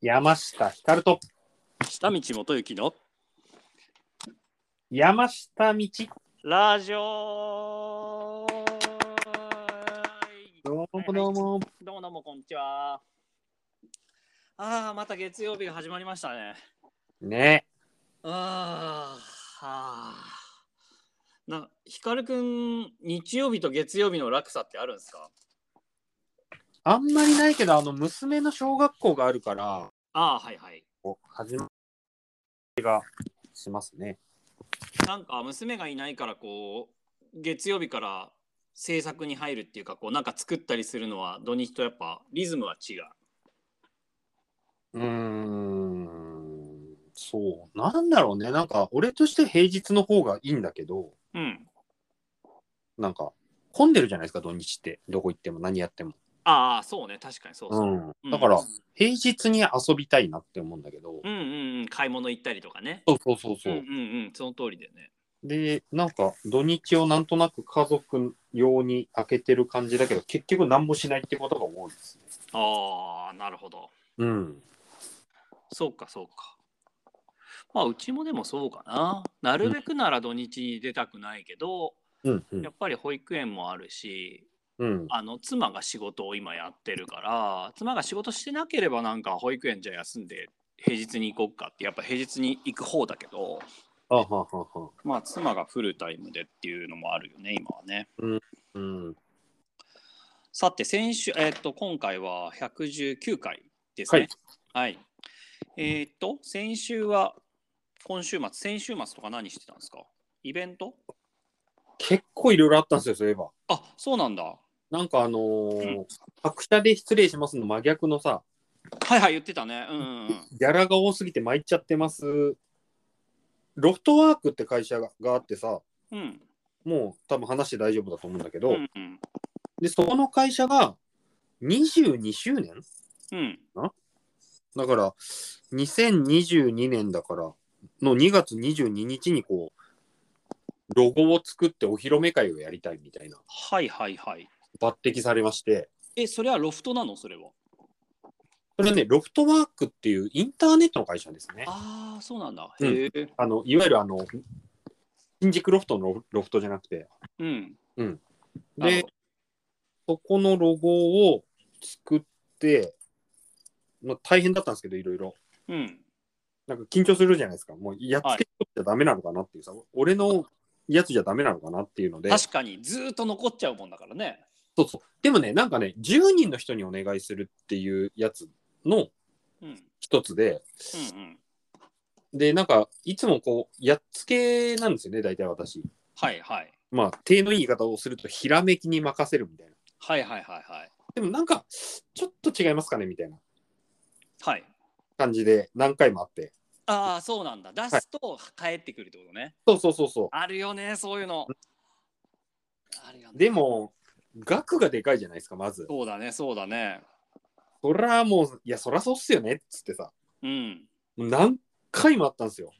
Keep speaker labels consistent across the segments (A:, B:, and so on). A: 山下ひかると
B: 下道元行の
A: 山下道
B: ラジオ
A: どうもどうも、
B: どうもどうもこんにちはああまた月曜日が始まりましたね
A: ね
B: あーはーな光くん日曜日と月曜日の落差ってあるんですか
A: あんまりないけどあの娘の小学校があるから
B: ああはいはい
A: こう始まりがしますね
B: なんか娘がいないからこう月曜日から制作に入るっていうかこうなんか作ったりするのは土日とやっぱリズムは違う
A: うーんそうなんだろうねなんか俺として平日の方がいいんだけど
B: うん
A: なんか混んでるじゃないですか土日ってどこ行っても何やっても、
B: ああそうね確かにそうそう、
A: うん、だから、
B: う
A: 平日に遊びたいなって思うんだけど、
B: んうんうん買い物行ったりとかね
A: そうそうそうそう
B: うんうんうんその通りだよね
A: で、なんか土日をなんとなく家族用に開けてる感じだけど、結局何もしないってことが多いですね。
B: ああなるほど
A: うん。
B: そうかそうかまあうちもでもそうかななるべくなら土日に出たくないけど、
A: うん、うん
B: やっぱり保育園もあるし
A: うん。
B: あの妻が仕事を今やってるから妻が仕事してなければなんか保育園じゃ休んで平日に行こうかってやっぱ平日に行く方だけど
A: あははは。
B: まあ妻がフルタイムでっていうのもあるよね今はね
A: うん。
B: さて先週えっ、と今回は119回です
A: は
B: ね
A: い。
B: はい、えっ、と先週は今週末先週末とか何してたんですかイベント
A: 結構いろいろあったんですよ、そういえば。
B: あそうなんだは
A: なんかあのー
B: う
A: 白車で失礼しますの真逆のさ、
B: いはい言ってたねうんうんうん
A: ギャラが多すぎて参っちゃってます。ロフトワークって会社ががあってさ、
B: うん
A: もう多分話して大丈夫だと思うんだけど、
B: うんうん
A: で、そこの会社が22周年
B: うん
A: だから、2022年だから、の2月22日にこう、ロゴを作ってお披露目会をやりたいみたいな、
B: はいはいはい
A: 抜擢されまして、
B: えそれはロフトなのそれは
A: それね、ロフトワークっていうインターネットの会社ですね。あ
B: ああそうなんだ
A: うん
B: へえ
A: の、いわゆるあの、新宿ロフトのロロフトじゃなくて、
B: うんなる
A: で
B: ほ、
A: そこのロゴを作って、まあ、大変だったんですけど、いろいろ。
B: うん
A: なんか緊張するじゃないですか。もう、やっつけとっちゃダメなのかなっていうさ、俺のやつじゃダメなのかなっていうので。
B: 確かにずーっと残っちゃうもんだからね
A: そうそう。でもね、なんかね、10人の人にお願いするっていうやつの
B: うんうん
A: 一つで、
B: うん
A: で、なんか、いつもこう、やっつけなんですよね、大体私。
B: はいはい
A: まあ、手のいい言い方をすると、ひらめきに任せるみたいな。
B: はいはいはいはい
A: でもなんか、ちょっと違いますかね、みたいな
B: はい
A: 感じで何回もあって。
B: ああそうなんだ出すと帰ってくるってことね、
A: そうそうそうそ
B: あるよねそういうのあるよ
A: う。
B: ね
A: でも、額がでかいじゃないですか、まず。
B: そうだねそうだね
A: そらもう、いや、そらそうっすよね、っつってさ、
B: うん
A: もう何回もあったんですよ。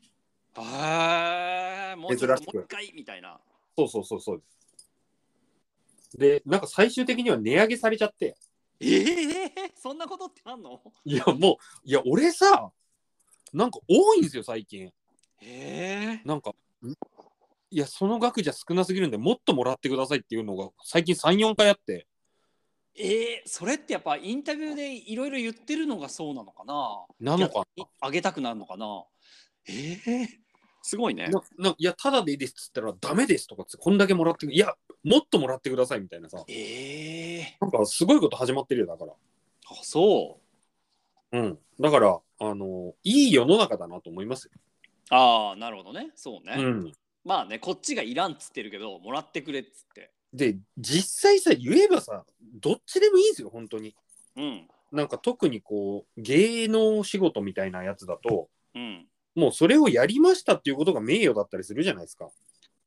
B: へえもうちょっと
A: 珍しく
B: もう一回みたいな
A: そうそうそうそうです。で、なんか最終的には値上げされちゃって。
B: ええそんなことってあんの
A: いやもういや俺さなんか多いんですよ最近
B: ええ
A: なんかんいやその額じゃ少なすぎるんでもっともらってくださいっていうのが最近34回あって
B: ええそれってやっぱインタビューでいろいろ言ってるのがそうなのか
A: な
B: な
A: のか
B: いあげたくなるのかなええすごいね
A: ななないやただでいいですっつったらダメですとかっつってこんだけもらっていやもっともらってくださいみたいなさ
B: ええ
A: なんかすごいこと始まってるよだか
B: あそう
A: らうんだからあのいい世の中だなと思いますよ
B: ああなるほどねそうね、
A: うん
B: まあねこっちがいらんっつってるけどもらってくれっつって
A: で実際さ言えばさどっちでもいいんですよ本当に
B: うん
A: なんか特にこう芸能仕事みたいなやつだと、
B: うん
A: もうそれをやりましたっていうことが名誉だったりするじゃないですか。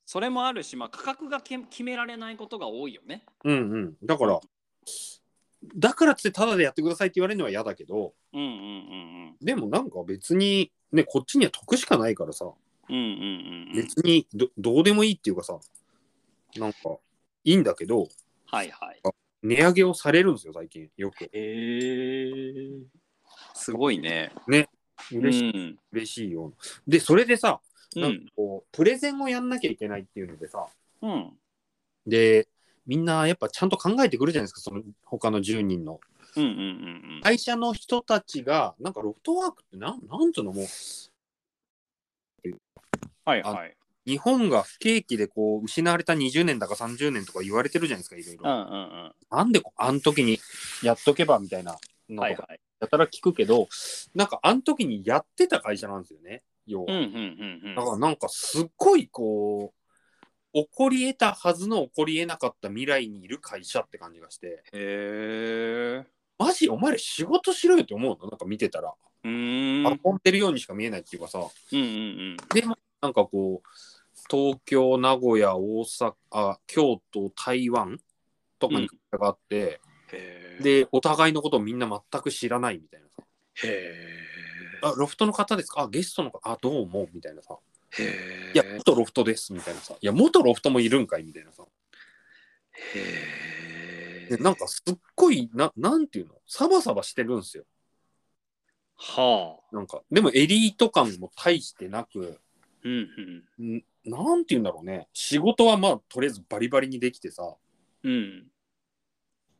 B: それもあるし、まあ、価格がけ決められないことが多いよね
A: うんうん。だから、だからっつってただでやってくださいって言われるのは嫌だけど、
B: うんうんうん
A: でもなんか別に、ね、こっちには得しかないからさ、
B: うんうんうんうんうん
A: 別にどどうでもいいっていうかさ、なんかいいんだけど、
B: はいはい
A: 値上げをされるんですよ、最近、よく。
B: へえすごいね。う
A: 嬉しい
B: ん。
A: 嬉しいよ。で、それでさ、
B: う
A: なん
B: ん
A: か。こう、プレゼンをやんなきゃいけないっていうのでさ、
B: うん。
A: で、みんなやっぱちゃんと考えてくるじゃないですか、その他の10人の。
B: うん。うん。うん。
A: 会社の人たちが、なんかロフトワークってなん、なんつうのもう、
B: はい。はい。
A: 日本が不景気でこう、失われた20年だか30年とか言われてるじゃないですか、いろいうろ。
B: ん。うん。うん。
A: なんでこう、あの時にやっとけばみたいなの
B: はい。
A: とか
B: はい。
A: やたら聞くけど、なんかあの時にやってた会社なんですよね、要は。
B: うん。うん。うん。
A: だから
B: うん。
A: なんかすっごいこう起こり得たはずの起こり得なかった未来にいる会社って感じがして
B: へえ。
A: マジお前ら仕事しろよって思うのなんか見てたら
B: うーん。うん。
A: 運んでるようにしか見えないっていうかさ
B: うん。うん。
A: でもなんかこう東京名古屋大阪あ京都台湾とかに会社があって、
B: へえ。
A: でお互いのことをみんな全く知らないみたいなさ
B: へ
A: 「あロフトの方ですかあゲストの方あどうも」みたいなさ「
B: え。へえ。
A: いや元ロフトです」みたいなさ「いや元ロフトもいるんかい」みたいなさ
B: へ
A: で
B: え。
A: なんかすっごいななんていうのサバサバしてるんですよ
B: はあ。
A: なんかでもエリート感も大してなく
B: うん。うん。
A: んなんていうんだろうね仕事はまあとりあえずバリバリにできてさ
B: うん。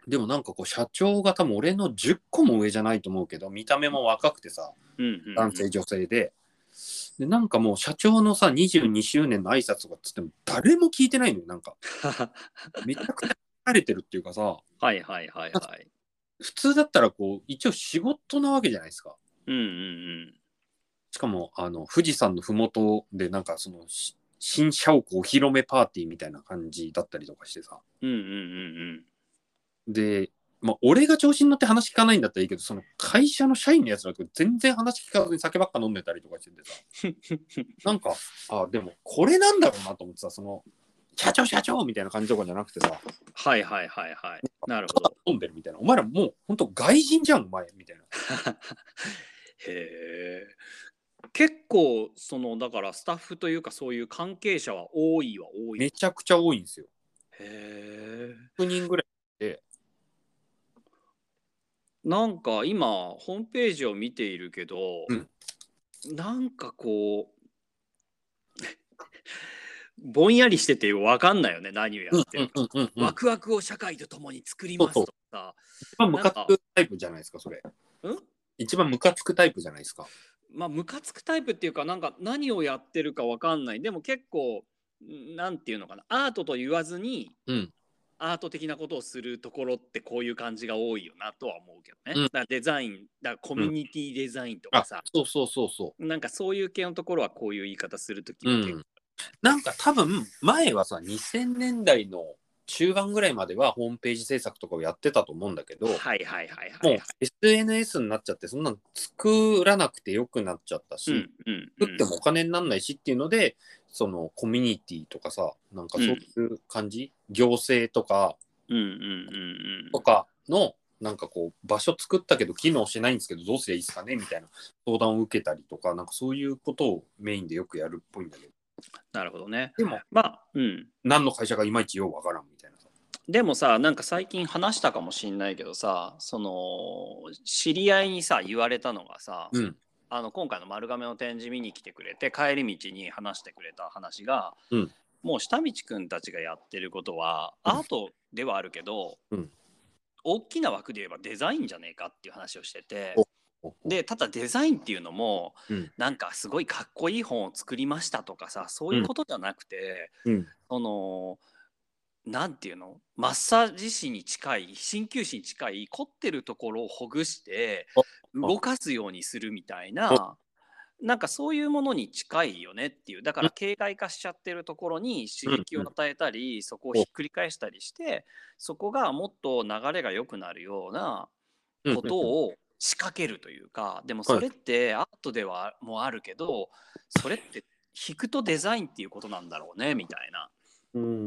A: でもなんかこう社長が多分俺の10個も上じゃないと思うけど見た目も若くてさ
B: うんうん。
A: 男性女性ででなんかもう社長のさ22周年の挨拶とかっつっても誰も聞いてないのよなん かめちゃくちゃ慣れてるっていうかさ
B: はいはいはいはい。
A: 普通だったらこう一応仕事なわけじゃないですか
B: うんうん
A: しかもあの富士山の麓でなんかそのし新社屋お披露目パーティーみたいな感じだったりとかしてさ
B: うん。うんうんうん
A: で、まあ、俺が調子に乗って話聞かないんだったらいいけどその会社の社員のやつらと全然話聞かずに酒ばっか飲んでたりとかしててさ なんかあでもこれなんだろうなと思ってさその社長社長みたいな感じとかじゃなくてさ
B: はいはいはいはい。なる
A: た
B: ほ
A: だ
B: ど。
A: 飲んでるみたいなお前らもう本当外人じゃんお前みたいな
B: へえ。結構そのだからスタッフというかそういう関係者は多いは多い。
A: め
B: へ
A: ちゃくちゃ多いんですよ
B: え。
A: 100人ぐらい
B: なんか今ホームページを見ているけど、
A: うん
B: なんかこうぼんやりしててわかんないよね何をやってるか。
A: うんうん
B: ワクワクを社会とともに作りますとかさ。
A: 一番ムカつくタイプじゃないですかそれ
B: ん
A: 一番ムカつくタイプじゃないですか
B: まあムカつくタイプっていうかなんか何をやってるかわかんないでも結構んなんていうのかなアートと言わずに、
A: うん
B: アート的なことをするところってこういう感じが多いよなとは思うけどね、
A: うん
B: だからデザインだからコミュニティデザインとかさ、
A: そうそうそうそう
B: なんかそういう系のところはこういう言い方するとき
A: う
B: は結構
A: ん、なんか多分前はさ2000年代の中盤ぐらいまではホームページ制作とかをやってたと思うんだけど、
B: はいはいはいはいは
A: も
B: いう
A: SNS になっちゃってそんなの作らなくてよくなっちゃったし、
B: うんうんうん
A: 作ってもお金にならないしっていうのでそのコミュニティとかさなんかそういう感じ、行政とか
B: うんうんうん
A: とかのなんかこう場所作ったけど機能しないんですけどどうすりゃいいですかねみたいな相談を受けたりとかなんかそういうことをメインでよくやるっぽいんだけど
B: なるほどね
A: でも
B: まあうん
A: 何の会社かいまいちようわからんみたいなさ。
B: でもさなんか最近話したかもしんないけどさその知り合いにさ言われたのがさ、
A: うん
B: あの今回の丸亀の展示見に来てくれて帰り道に話してくれた話が、
A: うん
B: もう下道くんたちがやってることは
A: うん
B: アートではあるけど、
A: うん
B: 大きな枠で言えばデザインじゃねえかっていう話をしてて
A: お
B: でただデザインっていうのも、
A: うん
B: なんかすごいかっこいい本を作りましたとかさそういうことじゃなくて、
A: うん
B: そのなんていうのマッサージ師に近い鍼灸師に近い凝ってるところをほぐして動かすようにするみたいななんかそういうものに近いよねっていうだから形骸化しちゃってるところに刺激を与えたりそこをひっくり返したりしてそこがもっと流れが良くなるようなことを仕掛けるというかでもそれってアートではもあるけどそれって引くとデザインっていうことなんだろうねみたいな
A: うんうんうんう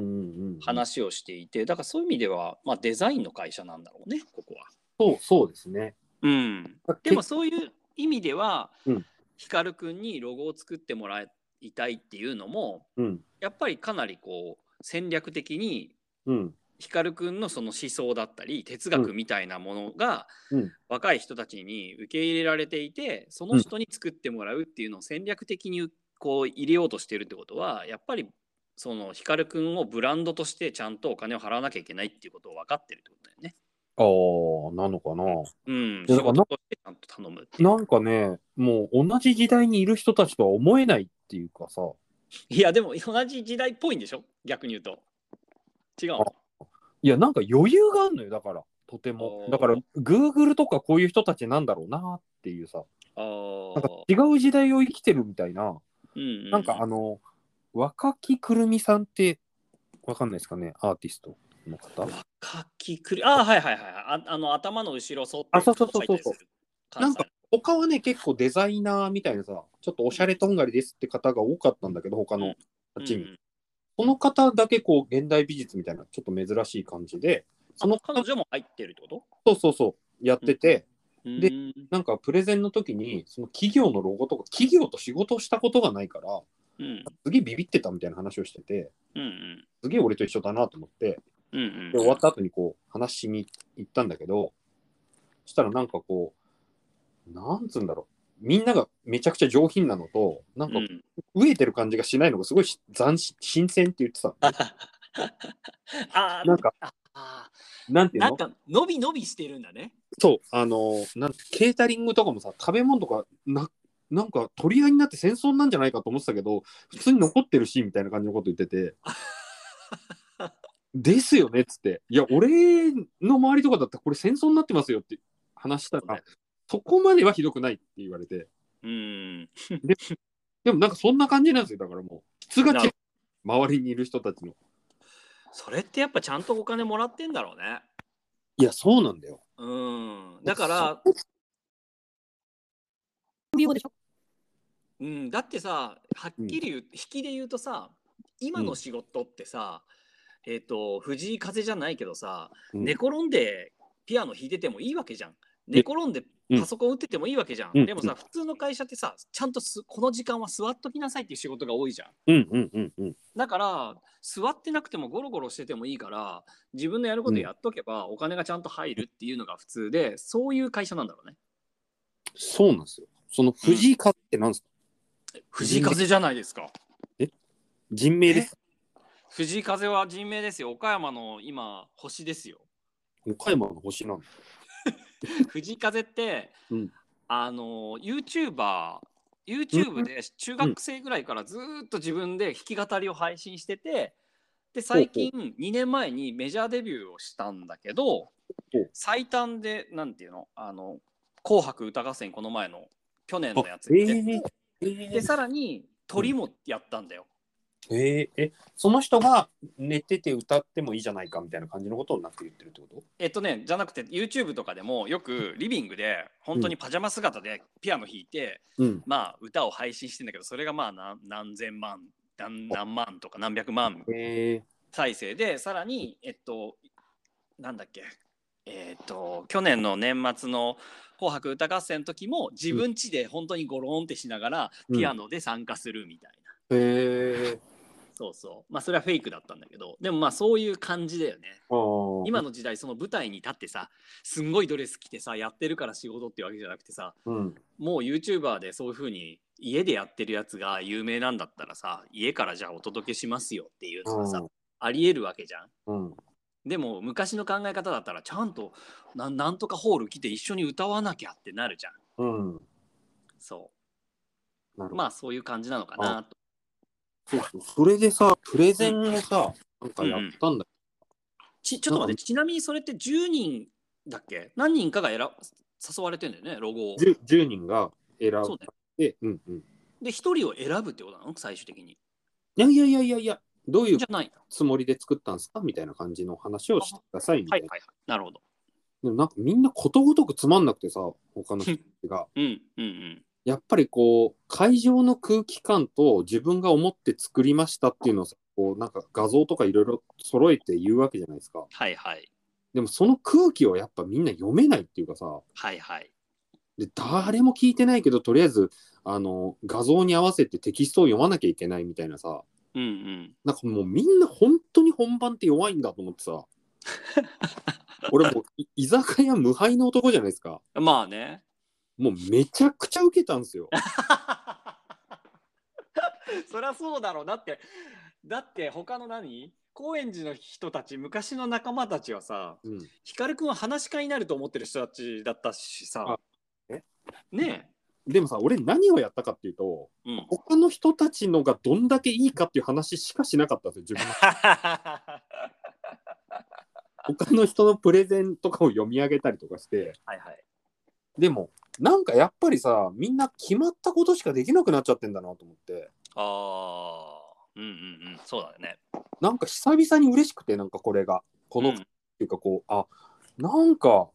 A: ん
B: 話をしていてだからそういう意味では、まあ、デザインの会社なんだろうねここは。
A: そうそうですね。
B: うん、でもそういう意味では、
A: うん
B: ヒカルくんにロゴを作ってもらいたいっていうのも
A: うん
B: やっぱりかなりこう戦略的に
A: うん
B: 光くんのその思想だったり哲学みたいなものが、
A: うん
B: 若い人たちに受け入れられていてその人に作ってもらうっていうのを戦略的にこう入れようとしてるってことはやっぱりその光くんをブランドとしてちゃんとお金を払わなきゃいけないっていうことを分かってるってことだよね。
A: ああ、なのかな。
B: うん、
A: いや
B: 仕
A: だから
B: 事としてちゃんと頼むっていう
A: なんかね、もう同じ時代にいる人たちとは思えないっていうかさ、
B: いやでも同じ時代っぽいんでしょ逆に言うと。違うの
A: いや、なんか余裕があるのよ、だから、とても
B: お。ー
A: だから、Google とかこういう人たちなんだろうなっていうさ、
B: あ
A: なんか
B: ー
A: 違う時代を生きてるみたいな、
B: うんうん
A: なんかあの、若木くるみさんって、わかんないですかね、アーティストの方。
B: かきくりあーはいはいはいはいああの頭の後ろそって
A: あそうそうそうそうそう
B: なんか
A: 他はね、結構デザイナーみたいなさ、ちょっとおしゃれとんがりですって方が多かったんだけど、他の8人。この方だけこう、現代美術みたいな、ちょっと珍しい感じで、その
B: 彼女も入ってるってこと
A: そうそうそう、やってて、で
B: うん
A: なんかプレゼンの時に、その企業のロゴとか、企業と仕事をしたことがないから、
B: うん
A: すげえビビってたみたいな話をしてて、
B: うん
A: すげえ俺と一緒だなと思って、
B: うんうん
A: で、終わった後にこう、話しに行ったんだけど、そしたらなんかこう、なんつうんだろう、みんながめちゃくちゃ上品なのと、なんか
B: うん
A: 飢えてる感じがしないのがすごいし斬新新鮮って言ってたの。
B: あー
A: なんか、
B: あ
A: なんて
B: ー
A: いう
B: な
A: の
B: んか伸び伸びしてるんだね
A: そう、あのーなんてケータリングとかもさ、食べ物とかな、なんか取り合いになって戦争なんじゃないかと思ってたけど、普通に残ってるし、みたいな感じのこと言って て。ですよねっつって、いや、俺の周りとかだったら、これ戦争になってますよって話したら、そこまではひどくないって言われて、
B: うん
A: でもなんかそんな感じなんですよ、だからもう、質が
B: な
A: 違
B: る
A: う、周りにいる人たちの。
B: それってやっぱちゃんとお金もらってんだろうね
A: いや、そうなんだよ。
B: うんだからうん、だってさはっきり言う、引きで言うとさ今の仕事ってさ、えっ、と藤井風じゃないけどさ、
A: うん
B: 寝転んでピアノ弾いててもいいわけじゃん
A: え
B: 寝転んでパソコン打っててもいいわけじゃん、
A: うん
B: でもさ普通の会社ってさちゃんとすこの時間は座っときなさいっていう仕事が多いじゃん
A: うんうんうんうん。
B: だから座ってなくてもゴロゴロしててもいいから自分のやることやっとけばお金がちゃんと入るっていうのが普通でそういう会社なんだろうね
A: そうなんですよ。その藤井風ってなんですか、
B: 藤井風じゃないですか
A: 人名です。
B: 藤井風は人名ですよ岡山の今星ですよ
A: 岡山の星なんだ。
B: 藤井風って、
A: うん
B: あの YouTuber YouTube で中学生ぐらいからずーっと自分で弾き語りを配信しててで最近2年前にメジャーデビューをしたんだけど
A: う
B: 最短でなんていうの「あの紅白歌合戦」この前の去年のやつ
A: え
B: で,、
A: ーえ
B: で
A: ー
B: さらに鳥もやったんだよ、
A: えーえその人が寝てて歌ってもいいじゃないかみたいな感じのことをなって言ってるってこと
B: えっとねじゃなくて YouTube とかでもよくリビングで本当にパジャマ姿でピアノ弾いて、
A: うん
B: まあ歌を配信してんだけどそれがまあ何何千万何何万とか何百万
A: え
B: 再生でさらにえっとなんだっけえっと去年の年末の「紅白歌合戦」の時も自分家で本当にゴローンってしながら
A: うん
B: ピアノで参加するみたいな、
A: ー、えー、
B: そうそうまあそれはフェイクだったんだけどでもまあそういう感じだよね
A: あー
B: 今、の時代その舞台に立ってさすんごいドレス着てさやってるから仕事っていうわけじゃなくてさ
A: うん、
B: もう YouTuber でそういう風に家でやってるやつが有名なんだったらさ家からじゃあお届けしますよっていうのがさ、ありえるわけじゃん。
A: うん、
B: でも昔の考え方だったらちゃんとななんとかホール来て一緒に歌わなきゃってなるじゃん。
A: うん、
B: そ
A: なるほ
B: う
A: ど、
B: まあそういう感じなのかなと。
A: そうそうそれでさ、プレゼンをさ、なんかやったんだ
B: ちちょっと待ってちなみにそれって10人だっけ何人かが選誘われてんだよねロゴを。
A: けど、10, 人が選ば
B: そうだよ
A: れて、うんうん。
B: で1人を選ぶってことなの最終的に。
A: いやいやいやいやいや、どういう
B: じゃない。
A: つもりで作ったんですかみたいな感じの話をしてくださいみた
B: はいい
A: な。
B: はいはい。なるほど。
A: でもなんかみんなことごとくつまんなくてさ、他の人たちが。
B: うんうんうん。
A: やっぱりこう会場の空気感と自分が思って作りましたっていうのをさこうなんか画像とかいろいろ揃えて言うわけじゃないですか
B: はいはい。
A: でもその空気をやっぱみんな読めないっていうかさ
B: はいはい。
A: で誰も聞いてないけどとりあえずあの画像に合わせてテキストを読まなきゃいけないみたいなさ
B: うんうん。
A: なんかもうみんな本当に本番って弱いんだと思ってさ俺もうい居酒屋無敗の男じゃないですか。
B: まあね。
A: もうめちゃくちゃ受けたんですよ。
B: そりゃそうだろう。だって、だって他の何高円寺の人たち、昔の仲間たちはさ、
A: うん、
B: 光くんは話し家になると思ってる人たちだったしさ
A: あ。え
B: ね
A: でもさ俺何をやったかっていうと
B: え。 うん。
A: 他の人たちのがどんだけいいかっていう話しかしなかったんですよ自分の
B: は
A: 他の人のプレゼンとかを読み上げたりとかして
B: いはい。
A: でもなんかやっぱりさみんな決まったことしかできなくなっちゃってんだなと思って
B: ああ。うんうんうん。そうだよね。
A: なんか久々に嬉しくてなんかこれがこの、
B: うん
A: っていうかこうあなんか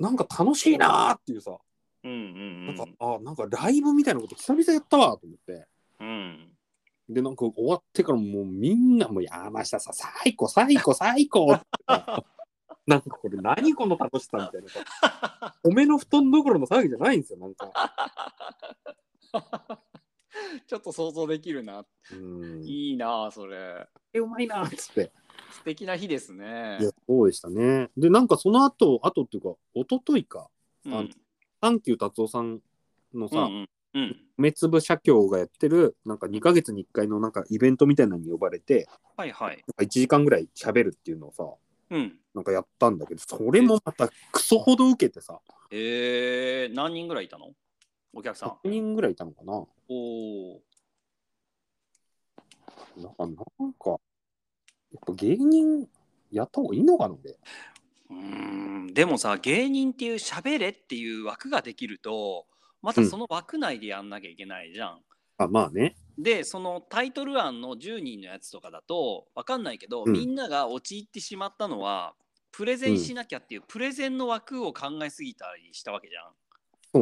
A: なんか楽しいなーっていうさ、
B: うん
A: なん
B: う
A: か
B: ん
A: あなんかライブみたいなこと久々やったわと思って
B: うん。うん。
A: でなんか終わってからもうみんなもう山下さん最高最高最高 ってなんかこれ何この楽しさみたいなおめの布団どころの騒ぎじゃないんですよなんか
B: ちょっと想像できるな。
A: うん
B: いいなあ、それ。
A: えうまいなっつって
B: 素敵な日ですね
A: い。やそうでしたねでなんかその後後っていうか一昨日か
B: うん
A: あのサンキュー達夫さんのさ、
B: うんうんうん。
A: 米粒社協がやってるなんか2ヶ月に1回のなんかイベントみたいなのに呼ばれて
B: はいはい。
A: なんか1時間ぐらい喋るっていうのをさ
B: うん。
A: なんかやったんだけどそれもまたクソほど受けてさ
B: えー、何人ぐらいいたのお客さん。
A: 100人ぐらいいたのかな
B: おお。
A: なんかなんかやっぱ芸人やった方がいいのかな俺
B: うーん。でもさ、芸人っていう喋れっていう枠ができると、またその枠内でやんなきゃいけないじゃん。
A: あまあね
B: で、そのタイトル案の10人のやつとかだと、わかんないけど、
A: うん
B: みんなが陥ってしまったのは、プレゼンしなきゃっていう、プレゼンの枠を考えすぎたりしたわけじゃん。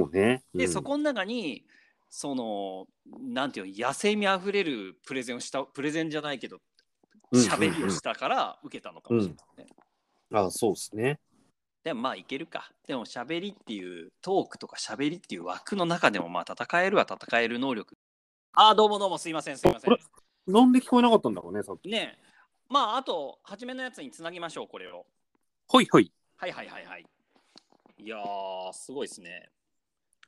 A: そうね
B: で、
A: うん
B: そこの中にそのなんていうの野生味あふれるプレゼンをしたプレゼンじゃないけど
A: うんうんうん
B: 喋りをしたから受けたのかもしれないね。
A: あそうですね
B: でもまあいけるか。でも喋りっていうトークとか喋りっていう枠の中でもまあ戦えるは戦える能力。ああどうもどうもすいませんすいませ
A: あ
B: ん
A: こ。なんで聞こえなかったんだろうねさっき
B: ねえまああと初めのやつにつなぎましょうこれを。
A: ほいほい
B: はいはいはいはい。いやーすごいですね。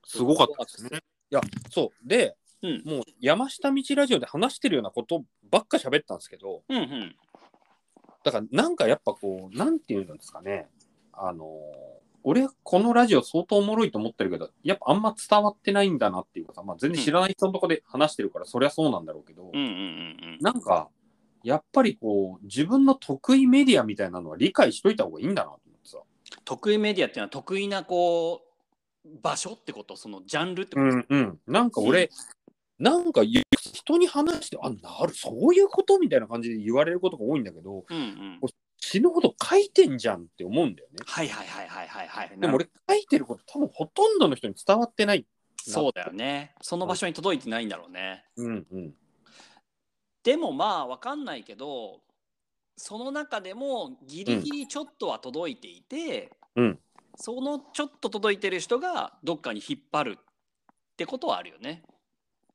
A: すごかったですねいやそうで
B: うん
A: もう山下道ラジオで話してるようなことばっか喋ったんですけど
B: うんうん。
A: だからなんかやっぱこうなんていうんですかねあのー俺このラジオ相当おもろいと思ってるけどやっぱあんま伝わってないんだなっていうかさ、まあ、全然知らない人のとこで話してるから、そりゃそうなんだろうけど、
B: うんうんうん
A: なんかやっぱりこう自分の得意メディアみたいなのは理解しといた方がいいんだなと思ってさ。
B: 得意メディアっていうのは得意なこう場所ってことそのジャンルってこと、
A: うん、なんか俺、なんかゆ人に話してあなるそういうことみたいな感じで言われることが多いんだけど
B: うんうん
A: 死ぬほど書いてんじゃんって思うんだよね。
B: はいはいはいはいはいはい
A: でも俺書いてること多分ほとんどの人に伝わってない。
B: そうだよねその場所に届いてないんだろうね
A: うんうん。
B: でもまあわかんないけどその中でもギリギリちょっとは届いていて、
A: うん
B: そのちょっと届いてる人がどっかに引っ張るってことはあるよね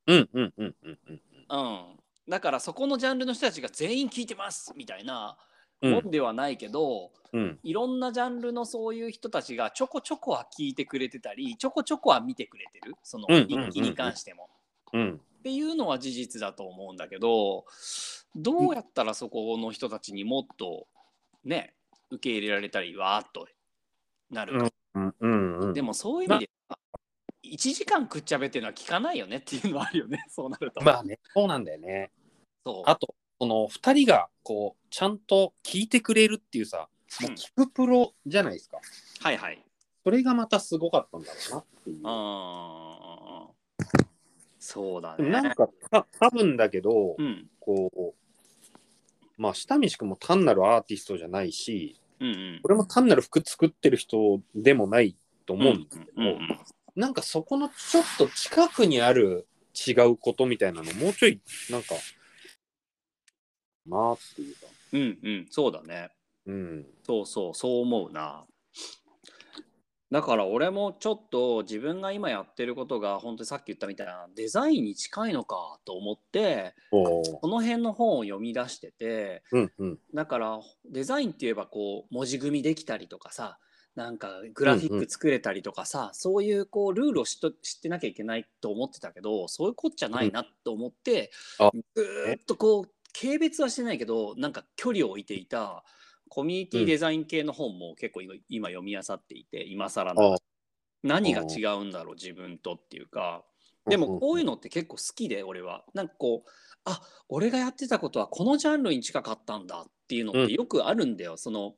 A: うんうんうんうんうん。
B: うんだからそこのジャンルの人たちが全員聞いてますみたいな
A: う
B: も
A: ん
B: んではないけど、
A: うん
B: いろんなジャンルのそういう人たちがちょこちょこは聞いてくれてたりちょこちょこは見てくれてるその
A: うんうんうんうん
B: 日記に関しても、
A: うん
B: っていうのは事実だと思うんだけどどうやったらそこの人たちにもっとね受け入れられたりわーっとなるか、
A: うんうんうん
B: でもそういう意味では1時間くっちゃべってるのは聞かないよねっていうのはあるよね そうなると。
A: まあねそうなんだよね。
B: そう
A: あとその2人がこうちゃんと聞いてくれるっていうさもう
B: うん
A: 聞くプロじゃないですか。
B: はいはい
A: それがまたすごかったんだろうなっていう
B: う。ーんそうだね。
A: なんかた多分だけど、
B: うん
A: こうまあ下見君も単なるアーティストじゃないし
B: うんうん
A: これも単なる服作ってる人でもないと思うんだけど、
B: うんうん
A: なんかそこのちょっと近くにある違うことみたいなのもうちょいなんかなあっていうか、
B: うんうんそうだね
A: うん、
B: そうそうそう思うなだから俺もちょっと自分が今やってることが本当にさっき言ったみたいなデザインに近いのかと思って
A: おー
B: この辺の本を読み出してて
A: うんうん
B: だからデザインって言えばこう文字組みできたりとかさなんかグラフィック作れたりとかさ、そういうこうルールを知っと知ってなきゃいけないと思ってたけどそういうこっちゃないなと思って、
A: うんあ
B: ずーっとこう軽蔑はしてないけどなんか距離を置いていたコミュニティデザイン系の本も結構今今読み漁っていて今更
A: あ
B: の何が違うんだろう自分とっていうか。でもこういうのって結構好きで俺はなんかこうあ俺がやってたことはこのジャンルに近かったんだっていうのっ
A: うん
B: てよくあるんだよ、その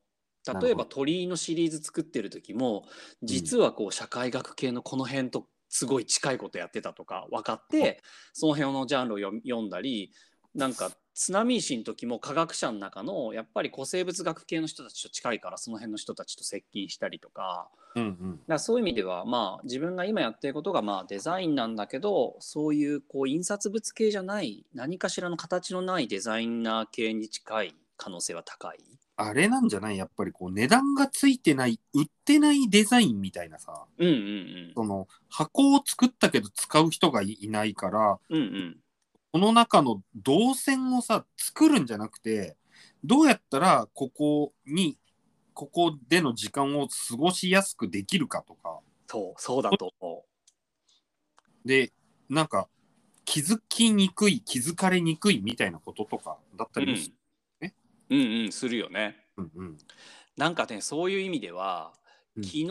A: るほど
B: 例えば鳥居のシリーズ作ってる時も実はこう社会学系のこの辺とすごい近いことやってたとか分かってその辺のジャンルを読み読んだりなんか津波石の時も科学者の中のやっぱり古生物学系の人たちと近いからその辺の人たちと接近したりとか。
A: うんうん
B: だからそういう意味では、まあ、自分が今やってることがまあデザインなんだけどそういうこう印刷物系じゃない何かしらの形のないデザイナー系に近い可能性は高い。
A: あれなんじゃないやっぱりこう値段がついてない売ってないデザインみたいなさ
B: うんうん
A: その箱を作ったけど使う人がいいないから
B: うん。うんうん。
A: この中の動線をさ作るんじゃなくてどうやったらここにここでの時間を過ごしやすくできるかとか
B: そうそうだと思
A: でなんか気づきにくい気づかれにくいみたいなこととかだっ
B: う。
A: た
B: うん
A: りもする、え
B: うんうんするよね。
A: うんうん
B: なんかねそういう意味では
A: うん
B: 昨日、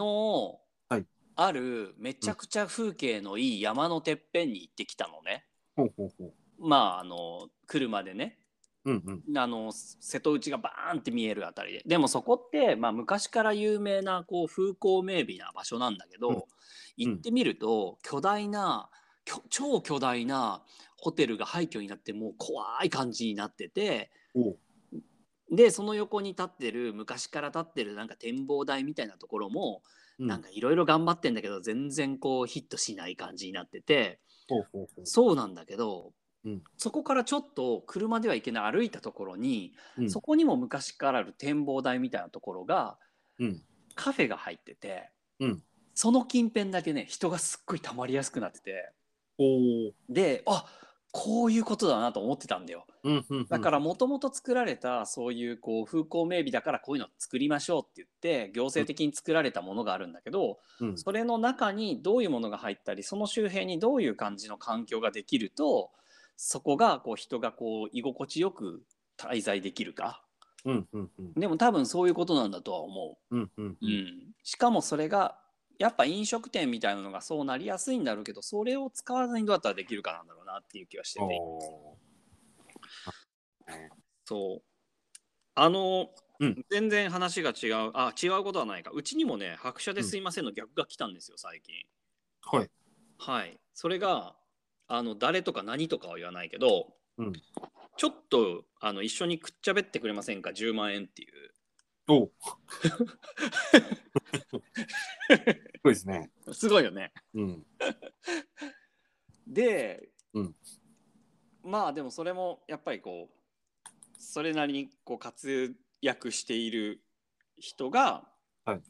A: はい
B: あるめちゃくちゃ風景のいい山のてっぺんに行ってきたのね。
A: ほうほうほう
B: まああの車でね
A: うんうん
B: あの瀬戸内がバーンって見えるあたりででもそこって、まあ、昔から有名なこう風光明媚な場所なんだけど、
A: うん
B: 行ってみると巨大なきょ超巨大なホテルが廃墟になってもう怖い感じになってて
A: おう
B: でその横に立ってる昔から立ってるなんか展望台みたいなところも、
A: うん
B: なんかいろいろ頑張ってんだけど全然こうヒットしない感じになってて
A: ほうほうほう
B: そうなんだけど、
A: うん
B: そこからちょっと車では行けない歩いたところに
A: うん
B: そこにも昔からある展望台みたいなところが
A: うん
B: カフェが入ってて、
A: うん
B: その近辺だけね人がすっごい溜まりやすくなってて
A: おう
B: であこういうことだなと思ってたんだよ
A: うんうんうん
B: だからもともと作られたそういうこう風光明媚だからこういうの作りましょうって言って行政的に作られたものがあるんだけど、
A: うん
B: それの中にどういうものが入ったりその周辺にどういう感じの環境ができるとそこがこう人がこう居心地よく滞在できるか
A: うんうんうん
B: でも多分そういうことなんだとは思
A: うんうん
B: う、しかもそれがやっぱ飲食店みたいなのがそうなりやすいんだろうけどそれを使わずにどうやったらできるかなんだろうなっていう気はしてて
A: お
B: そうあの、
A: うん
B: 全然話が違うあ違うことはないかうちにもね「白車ですいません」の逆が来たんですよ最近、
A: ーはい
B: はいそれがあの誰とか何とかは言わないけど、
A: うん
B: ちょっとあの一緒にくっちゃべってくれませんか10万円っていう
A: おうそうですね
B: すごいよね
A: うん
B: で、
A: うん
B: まあでもそれもやっぱりこうそれなりにこう活躍している人が、
A: はい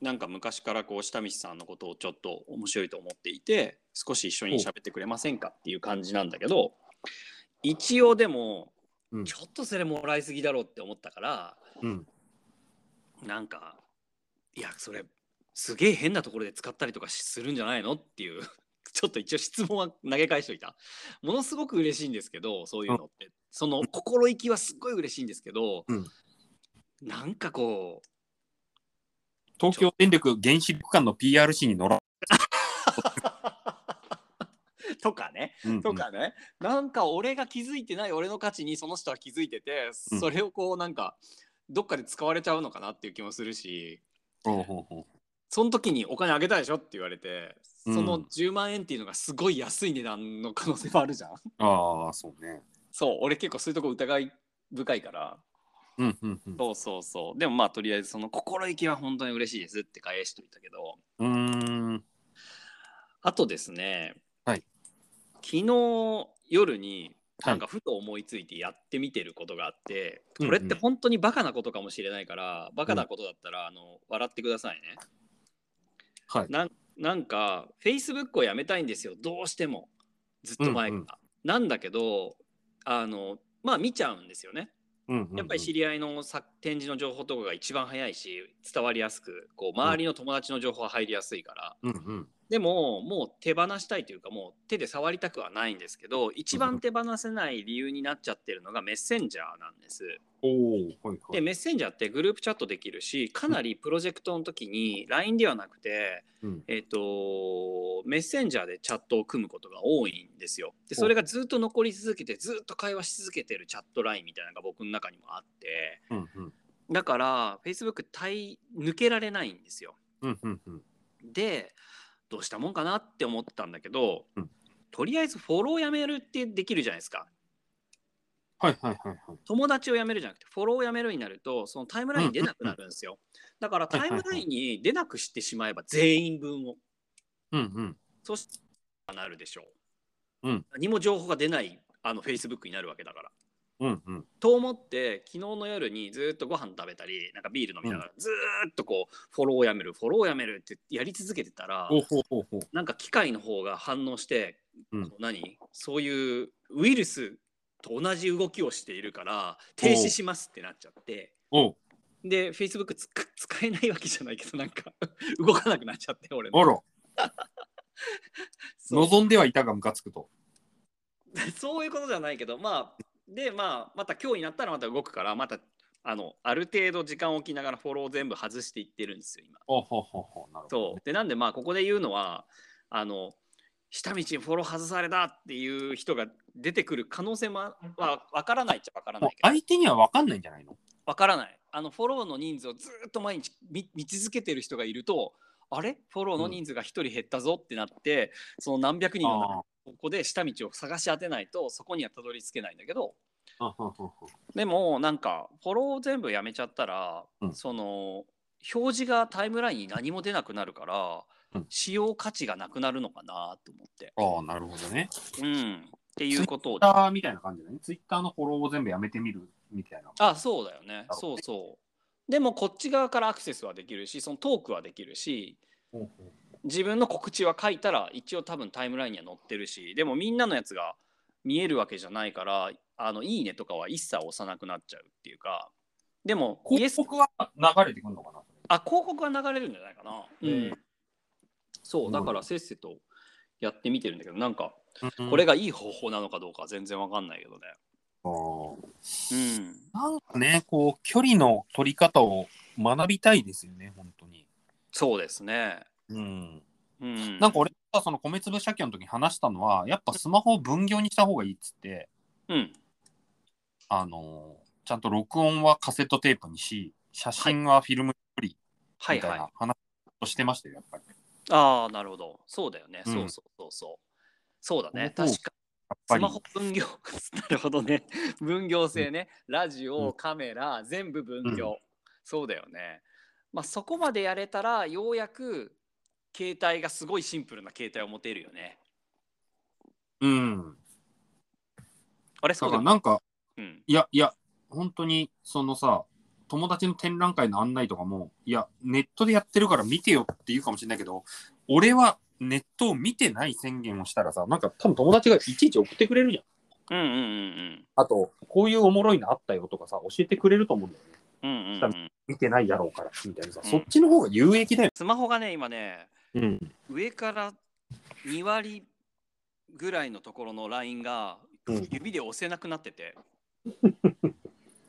B: なんか昔からこう下道さんのことをちょっと面白いと思っていて少し一緒に喋ってくれませんかっていう感じなんだけど一応でも、
A: うん
B: ちょっとそれもらいすぎだろうって思ったから
A: うん
B: なんかいやそれすげえ変なところで使ったりとかするんじゃないのっていう ちょっと一応質問は投げ返しといたものすごく嬉しいんですけどそういうのってその心意気はすっごい嬉しいんですけど、
A: うん
B: なんかこう
A: 東京電力原子力館の PRC に乗ら
B: とかね
A: うんうん
B: とかね、なんか俺が気づいてない俺の価値にその人は気づいてて
A: うん
B: それをこうなんかどっかで使われちゃうのかなっていう気もするし。
A: ほうほうほう
B: その時にお金あげたでしょって言われてその
A: うん
B: 10万円っていうのがすごい安い値段の可能性もあるじゃん
A: ああ、そうね。
B: そう俺結構そういうとこ疑い深いから
A: うんうんうん。
B: そうそうそうでもまあとりあえずその心意気は本当に嬉しいですって返しといたけど
A: うーん。
B: あとですね、
A: はい
B: 昨日夜に
A: はい
B: なんかふと思いついてやってみてることがあって、
A: うんうん
B: これって本当にバカなことかもしれないからバカなことだったらあの笑ってくださいね
A: はい。
B: なんなんか Facebook をやめたいんですよどうしてもずっと前から、
A: うんうん
B: なんだけどあのまあ見ちゃうんですよね
A: うんうんうん
B: やっぱり知り合いの作展示の情報とかが一番早いし伝わりやすくこう周りの友達の情報が入りやすいから、
A: うんうん。
B: でももう手放したいというかもう手で触りたくはないんですけど一番手放せない理由になっちゃってるのがメッセンジャーなんです。
A: おお、はいは
B: で
A: い。
B: メッセンジャーってグループチャットできるしかなりプロジェクトの時に LINE ではなくて、
A: うん
B: えっとメッセンジャーでチャットを組むことが多いんですよ。でそれがずっと残り続けてずっと会話し続けてるチャット LINE みたいなのが僕の中にもあって
A: うんうん
B: だから Facebook 対抜けられないんですよ。
A: うんうんうん。
B: でどうしたもんかなって思ったんだけど、
A: うん
B: とりあえずフォローやめるってできるじゃないですか。
A: はいはいはいはい。
B: 友達を辞めるじゃなくてフォローを辞めるになるとそのタイムラインに出なくなるんですよ、だから
A: はい
B: タ
A: はい
B: イ
A: はい
B: ムラインに出なくしてしまえば全員分を
A: うんうん。
B: そうしたらなるでしょう、
A: うん
B: 何も情報が出ないあの Facebook になるわけだから
A: うんうん。
B: と思って昨日の夜にずっとご飯食べたりなんかビール飲みながらずーっとこうフォローをやめるフォローをやめるってやり続けてたら
A: ほうほうほうほう。
B: なんか機械の方が反応して、
A: うん
B: こう何そういうウイルスと同じ動きをしているから停止しますってなっちゃって。
A: おう
B: で、Facebook つく使えないわけじゃないけど、なんか 動かなくなっちゃって、俺の。
A: あら、
B: そう
A: 望んではいたがムカつくと。
B: そういうことじゃないけど、まあ、で、まあ、また今日になったらまた動くから、また、あの、ある程度時間を置きながらフォロー全部外していってるんですよ、今。
A: あはははなるほど。
B: そう。で、なんで、まあ、ここで言うのは、あの、下道にフォロー外されたっていう人が出てくる可能性もあは分からないっちゃ分から
A: も
B: な
A: う
B: いけど、
A: 相手には分かんないんじゃないの
B: 分からない。あの、フォローの人数をずっと毎日見見続けてる人がいると、あれフォローの人数が1人減ったぞってなって、その何百人の中
A: あ
B: ここで下道を探し当てないとそこにはたどり着けないんだけど
A: あははは
B: でもなんかフォローを全部やめちゃったら、
A: うん
B: その表示がタイムラインに何も出なくなるから、
A: うん
B: 使用価値がなくなるのかなと思って、
A: は。ああ、なるほどね。
B: うん、っていうことを
A: ツイッターみたいな感じだね。ツイッターのフォローを全部やめてみるみたいな。
B: あそうだよね
A: ほ
B: そうそうでもこっち側からアクセスはできるしそのトークはできるし
A: ほう
B: 自分の告知は書いたら一応多分タイムラインには載ってるしでもみんなのやつが見えるわけじゃないからあのいいねとかは一切押さなくなっちゃうっていうかでも
A: ほう
B: イエス
A: 広告は流れてくるのかな
B: あ広告は流れるんじゃないかな、うん
A: うん
B: そうだからせっせとやってみてるんだけどなんかこれ
A: が。
B: がいい方法なのかどうかは全然わかんないけどね
A: あー
B: うん
A: なんかね、こう、距離の取り方を学びたいですよね、本当に。
B: そうですね
A: うん。
B: うん
A: なんか俺がその米粒社協の時に話したのは、やっぱスマホを分業にした方がいいっつって、
B: うん
A: あのーちゃんと録音はカセットテープにし、写真はフィルムに撮
B: は
A: り
B: い
A: みた
B: はい
A: いな話をしてましたよ、やっぱり。
B: ああなるほどそうだよね、
A: うん
B: そうそうそうそうそうだね
A: そう
B: 確か
A: やっぱ
B: ス
A: り
B: マホ分業 なるほどね分業制ね、ラジ
A: うん
B: オカメラ全部分業、そうだよねまあそこまでやれたらようやく携帯がすごいシンプルな携帯を持てるよね
A: うん。
B: あれそ
A: だ
B: う
A: か
B: だ
A: ら
B: よ、
A: なんか、
B: うん、
A: いやいや、本当に、そのさ、友達の展覧会の案内とかも、いや、ネットでやってるから見てよって言うかもしれないけど、俺はネットを見てない宣言をしたらさ、なんか多分友達がいちいち送ってくれるじゃん。
B: うんうんうん
A: あと、こういうおもろいのあったよとかさ、教えてくれると思うんだよね。
B: うんうんうんうん
A: 見てないやろうから、みたいなさ、
B: うん
A: そっちの方が有益だよ。
B: スマホがね今ね
A: うん。
B: 上から2割ぐらいのところのラインが
A: うん
B: 指で押せなくなってて、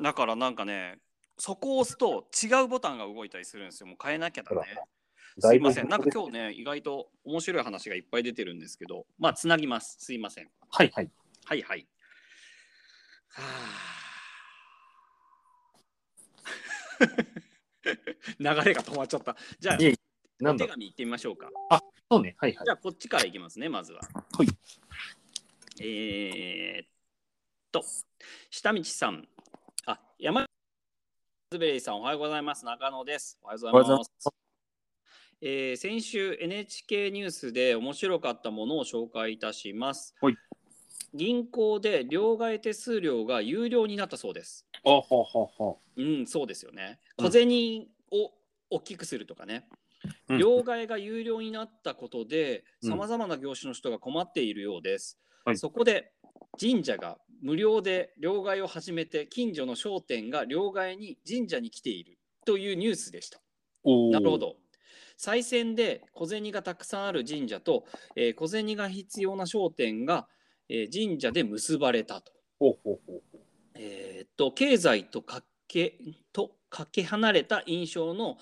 B: だからなんかねそこを押すと違うボタンが動いたりするんですよもう変えなきゃだねすいませんなんか今日ね意外と面白い話がいっぱい出てるんですけどまあつなぎますすいません
A: はいはい。
B: はいはいはあ 流れが止まっちゃったじゃあ
A: いえな
B: お
A: んだ
B: 手
A: ろ
B: 紙いってみましょうか
A: うそうね。はいはい
B: じ。ゃあこっちからいきますね、まずは。
A: い
B: えー、っと、下道さん。あ、山ズベリーさん、おはようございます。中野です。おはようございます。えー先週 NHK ニュースで面白かったものを紹介いたします。
A: はい
B: 銀行で両替手数料が有料になったそうです。
A: あははは。
B: うん、そうですよね。
A: うん
B: 小銭を大きくするとかね。
A: うん
B: 両替が有料になったことで
A: うん
B: さまざまな業種の人が困っているようです、
A: はい
B: そこで神社が無料で両替を始めて近所の商店が両替に神社に来ているというニュースでした
A: おー
B: なるほ。ど再選で小銭がたくさんある神社と、えー小銭が必要な商店が、えー神社で結ばれたと
A: ほうほうほうほう
B: えーっと経済とかけとかけ離れた印象の、えー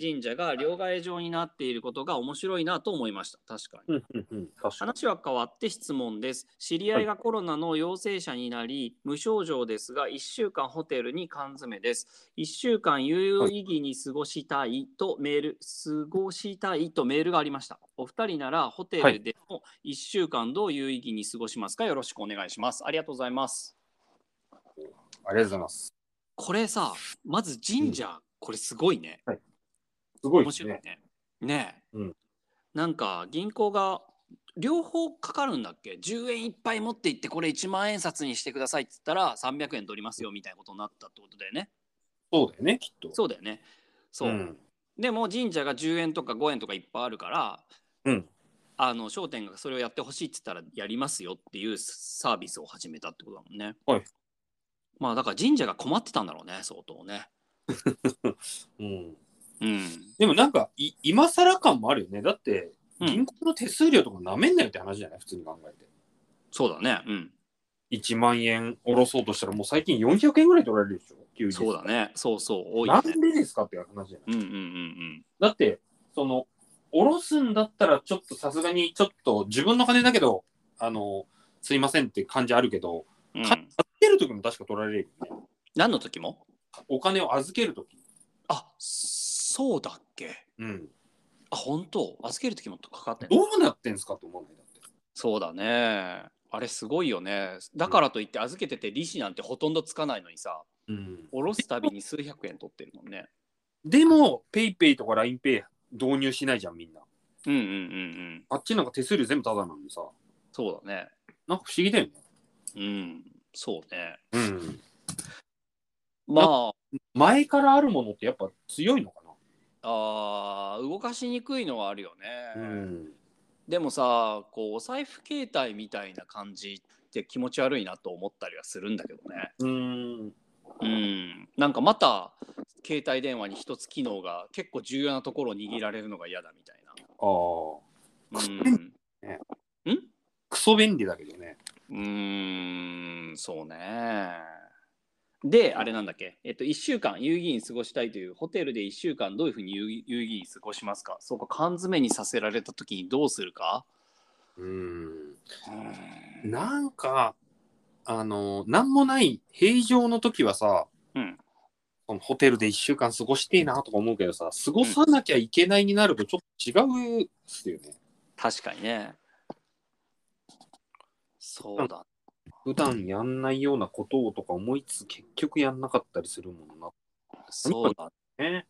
B: 神社が両替場になっていることが面白いなと思いました確かに。
A: うんうんうん。確かに。
B: 話は変わって質問です。知り合いがコロナの陽性者になり、無症状ですが、1週間ホテルに缶詰です。1週間有意義に過ごしたいとメール、過ごしたいとメールがありました。お二人ならホテルでも1週間どう有意義に過ごしますかよろしくお願いします。ありがとうございます。
A: ありがとうございます。
B: これさ、まず神社、これすごいね。
A: すごい
B: 面
A: です
B: 白いね
A: ね。。
B: ねえ、
A: うん
B: なんか銀行が両方かかるんだっけ ?10 円いっぱい持って行ってこれ1万円札にしてくださいって言ったら300円取りますよみたいなことになったってことだよね。
A: そうだよね、きっと。
B: そうだよね。そう。
A: ん
B: でも神社が10円とか5円とかいっぱいあるから、
A: うん
B: あの商店がそれをやってほしいって言ったらやりますよっていうサービスを始めたってことだもんね。
A: はい
B: まあだから神社が困ってたんだろうね相当ね。
A: うん。
B: うん。
A: でもなんか、い今更感もあるよね。だって、
B: うん
A: 銀行の手数料とかなめんなよって話じゃない普通に考えて。
B: そうだね。うん。
A: 1万円下ろそうとしたら、もう最近400円ぐらい取られるでしょ休日
B: そうだね。そうそう。多い
A: な
B: よ
A: んで
B: ね。
A: ですかっていう話じゃない
B: うんうんうんうん。
A: だって、その、下ろすんだったら、ちょっとさすがに、ちょっと自分の金だけど、あの、すいませんって感じあるけど、
B: うん
A: か預けるときも確か取られるよね。
B: 何の時も
A: お金を預けるとき。
B: あそうだっけ
A: うん。
B: あ本当預ける時もかかってんの
A: どうなってんすかと思わないだって。
B: そうだねあれすごいよねだからといって預けてて利子なんてほとんどつかないのにさ
A: うん。
B: 下ろすたびに数百円取ってるもんね
A: でも、ペイペイとか LINEPay 導入しないじゃん、みんな。
B: うんうんうんうん
A: あっちなんか手数料全部タダなのにさ、
B: そうだね
A: なんか不思議だよね。
B: うんそうね
A: うん。
B: まあ
A: 前からあるものってやっぱ強いのか
B: あー動かしにくいのはあるよね、
A: な。ん。
B: でもさこうお財布携帯みたいな感じって気持ち悪いなと思ったりはするんだけどね
A: うん。
B: うん、なんかまた携帯電話に一つ機能が結構重要なところを握られるのが嫌だみたい
A: ああ。
B: な。
A: ね
B: うん、ん
A: クソ便利だけどね。
B: うーんそうね。であれなんだっけ、えっと、1週間有意義に過ごしたいというホテルで1週間どういうふうに有有意義に過ごしますかそうか缶詰にさせられた時にどうするか
A: うん。
B: うん
A: なんか、あの、なんもない平常の時はさ、
B: うん
A: そのホテルで1週間過ごしていいなとか思うけどさ、過ごさなきゃいけないになるとちょっと違うっすよね。
B: 確かにねそうだ
A: 普段やんないようなことをとか思いつつ結局やんなかったりするもんな。
B: そうだ
A: ね。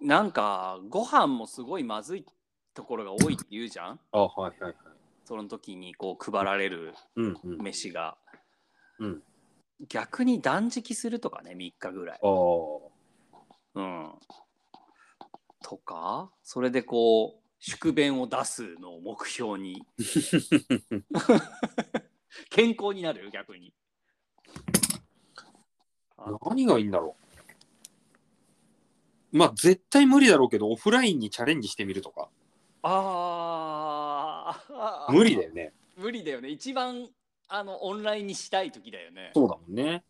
B: なんかご飯もすごいまずいところが多いって言うじゃん
A: あはいはいはい。
B: その時にこう配られる
A: うんうん。
B: 飯が、
A: うん
B: 逆に断食するとかね3日ぐらい、
A: ああ。
B: うん、とかそれでこう宿便を出すのを目 標に 健康になる逆に
A: 何がいいんだろうまあ絶対無理だろうけどオフラインにチャレンジしてみるとか
B: ああ
A: 無理だよね
B: 無理だよね一番あのオンラインにしたい時だよね
A: そうだもんね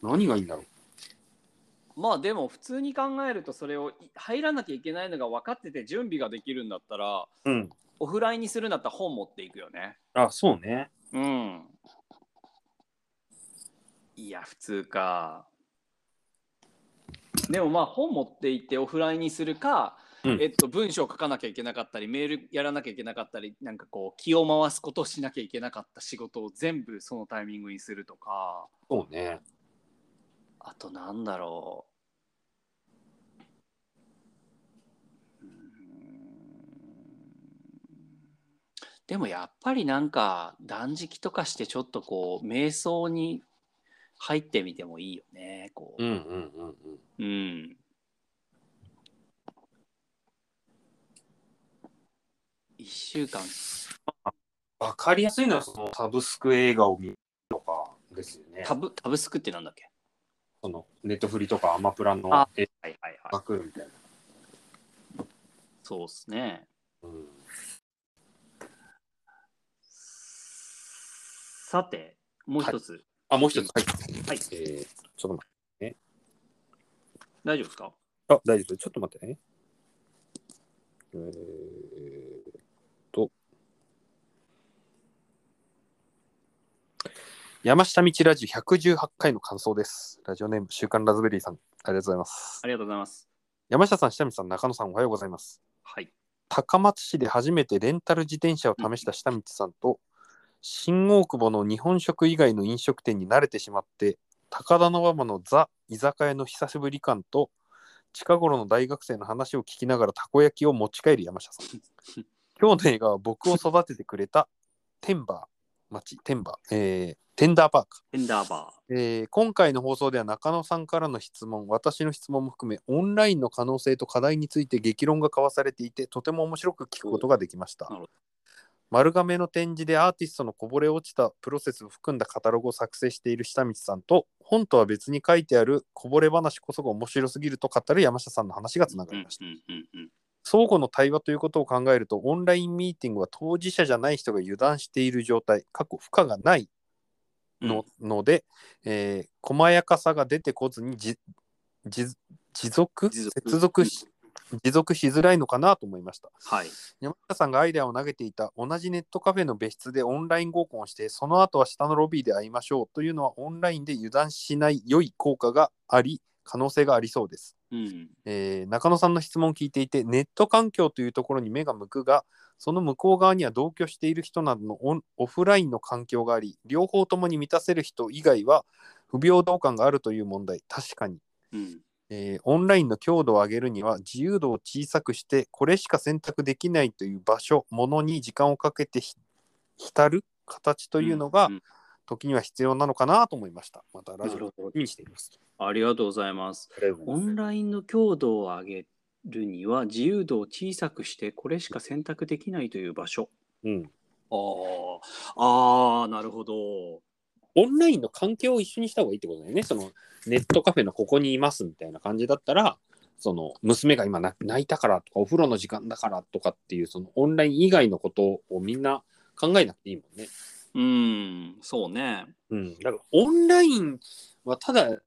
A: 何がいいんだろう
B: まあでも普通に考えるとそれをい入らなきゃいけないのが分かってて準備ができるんだったら
A: うん
B: オフラインにするんだったら本持っていくよね。
A: あそうね
B: うん。いや普通か。でもまあ本持っていってオフラインにするか、
A: うん
B: えっと文章書かなきゃいけなかったりメールやらなきゃいけなかったりなんかこう気を回すことをしなきゃいけなかった仕事を全部そのタイミングにするとか。
A: そうね
B: あとなんだろう。うーんでもやっぱりなんか断食とかしてちょっとこう瞑想に入ってみてもいいよねこう、
A: うんうんうんうん。
B: うん。一週間。
A: わかりやすいのはそのサブスク映画を見るとかですよね。
B: タブ、タブスクってなんだっけ
A: そのネットフリとかアマプラの
B: あ
A: 映
B: はいはいは
A: 画
B: い。
A: 来るみたいな。
B: そうっすね。
A: うん
B: さて、もう一つ。
A: あ、もう一つ。はい。
B: はい
A: えーちょっと待って。
B: 大丈夫ですか
A: あ、大丈夫。ちょっと待ってね。えー、っと。山下道ラジオ118回の感想です。ラジオネーム、週刊ラズベリーさん、ありがとうございます
B: あ。りがとうございます。
A: 山下さん、下道さん、中野さん、おはようございます。
B: はい。
A: 高松市で初めてレンタル自転車を試した下道さんと、新大久保の日本食以外の飲食店に慣れてしまって高田馬場のザ居酒屋の久しぶり感と近頃の大学生の話を聞きながらたこ焼きを持ち帰る山下さん今日の映画は僕を育ててくれたテンバー町テンバー、えーテンダーパーク
B: テンダーバ
A: えー今回の放送では中野さんからの質問私の質問も含めオンラインの可能性と課題について激論が交わされていてとても面白く聞くことができました
B: おなるほど
A: 丸亀の展示でアーティストのこぼれ落ちたプロセスを含んだカタログを作成している下道さんと本とは別に書いてあるこぼれ話こそが面白すぎると語る山下さんの話がつな
B: ー。
A: が
B: うん
A: り
B: うん
A: ました、
B: うんうん。
A: 相互の対話ということを考えるとオンラインミーティングは当事者じゃない人が油断している状態過去負荷がないの,、ので、えー細やかさが出てこずにじじ持続
B: 持続
A: 接続し持続しづらいのかなと思いました
B: はい。
A: 山下さんがアイデアを投げていた同じネットカフェの別室でオンライン合コンをしてその後は下のロビーで会いましょうというのはオンラインで油断しない良い効果があり可能性がありそうです
B: うん。
A: えー中野さんの質問を聞いていてネット環境というところに目が向くがその向こう側には同居している人などのオンオフラインの環境があり両方ともに満たせる人以外は不平等感があるという問題確かに、
B: うん。
A: えーオンラインの強度を上げるには自由度を小さくしてこれしか選択できないという場所ものに時間をかけてひ浸る形と
B: と
A: いうのが時には必要なのかなと思いましたまたラジオ楽
B: ほど
A: し。みにしています
B: ありがとうございます。
A: ありがとうご
B: オ
A: ざいます
B: ンラインの強度を上げるには自由度を小さくしてこれしか選択できないという場所。
A: うん
B: ああ、ああ、なるほど。
A: オンラインの環境を一緒にした方がいいってことだよね。そのネットカフェのここにいますみたいな感じだったら、その娘が今な泣いたからとか、お風呂の時間だからとかっていう、そのオンライン以外のことをみんな考えなくていいもんね。
B: うん、そうね。
A: うん。だからオンラインはただ、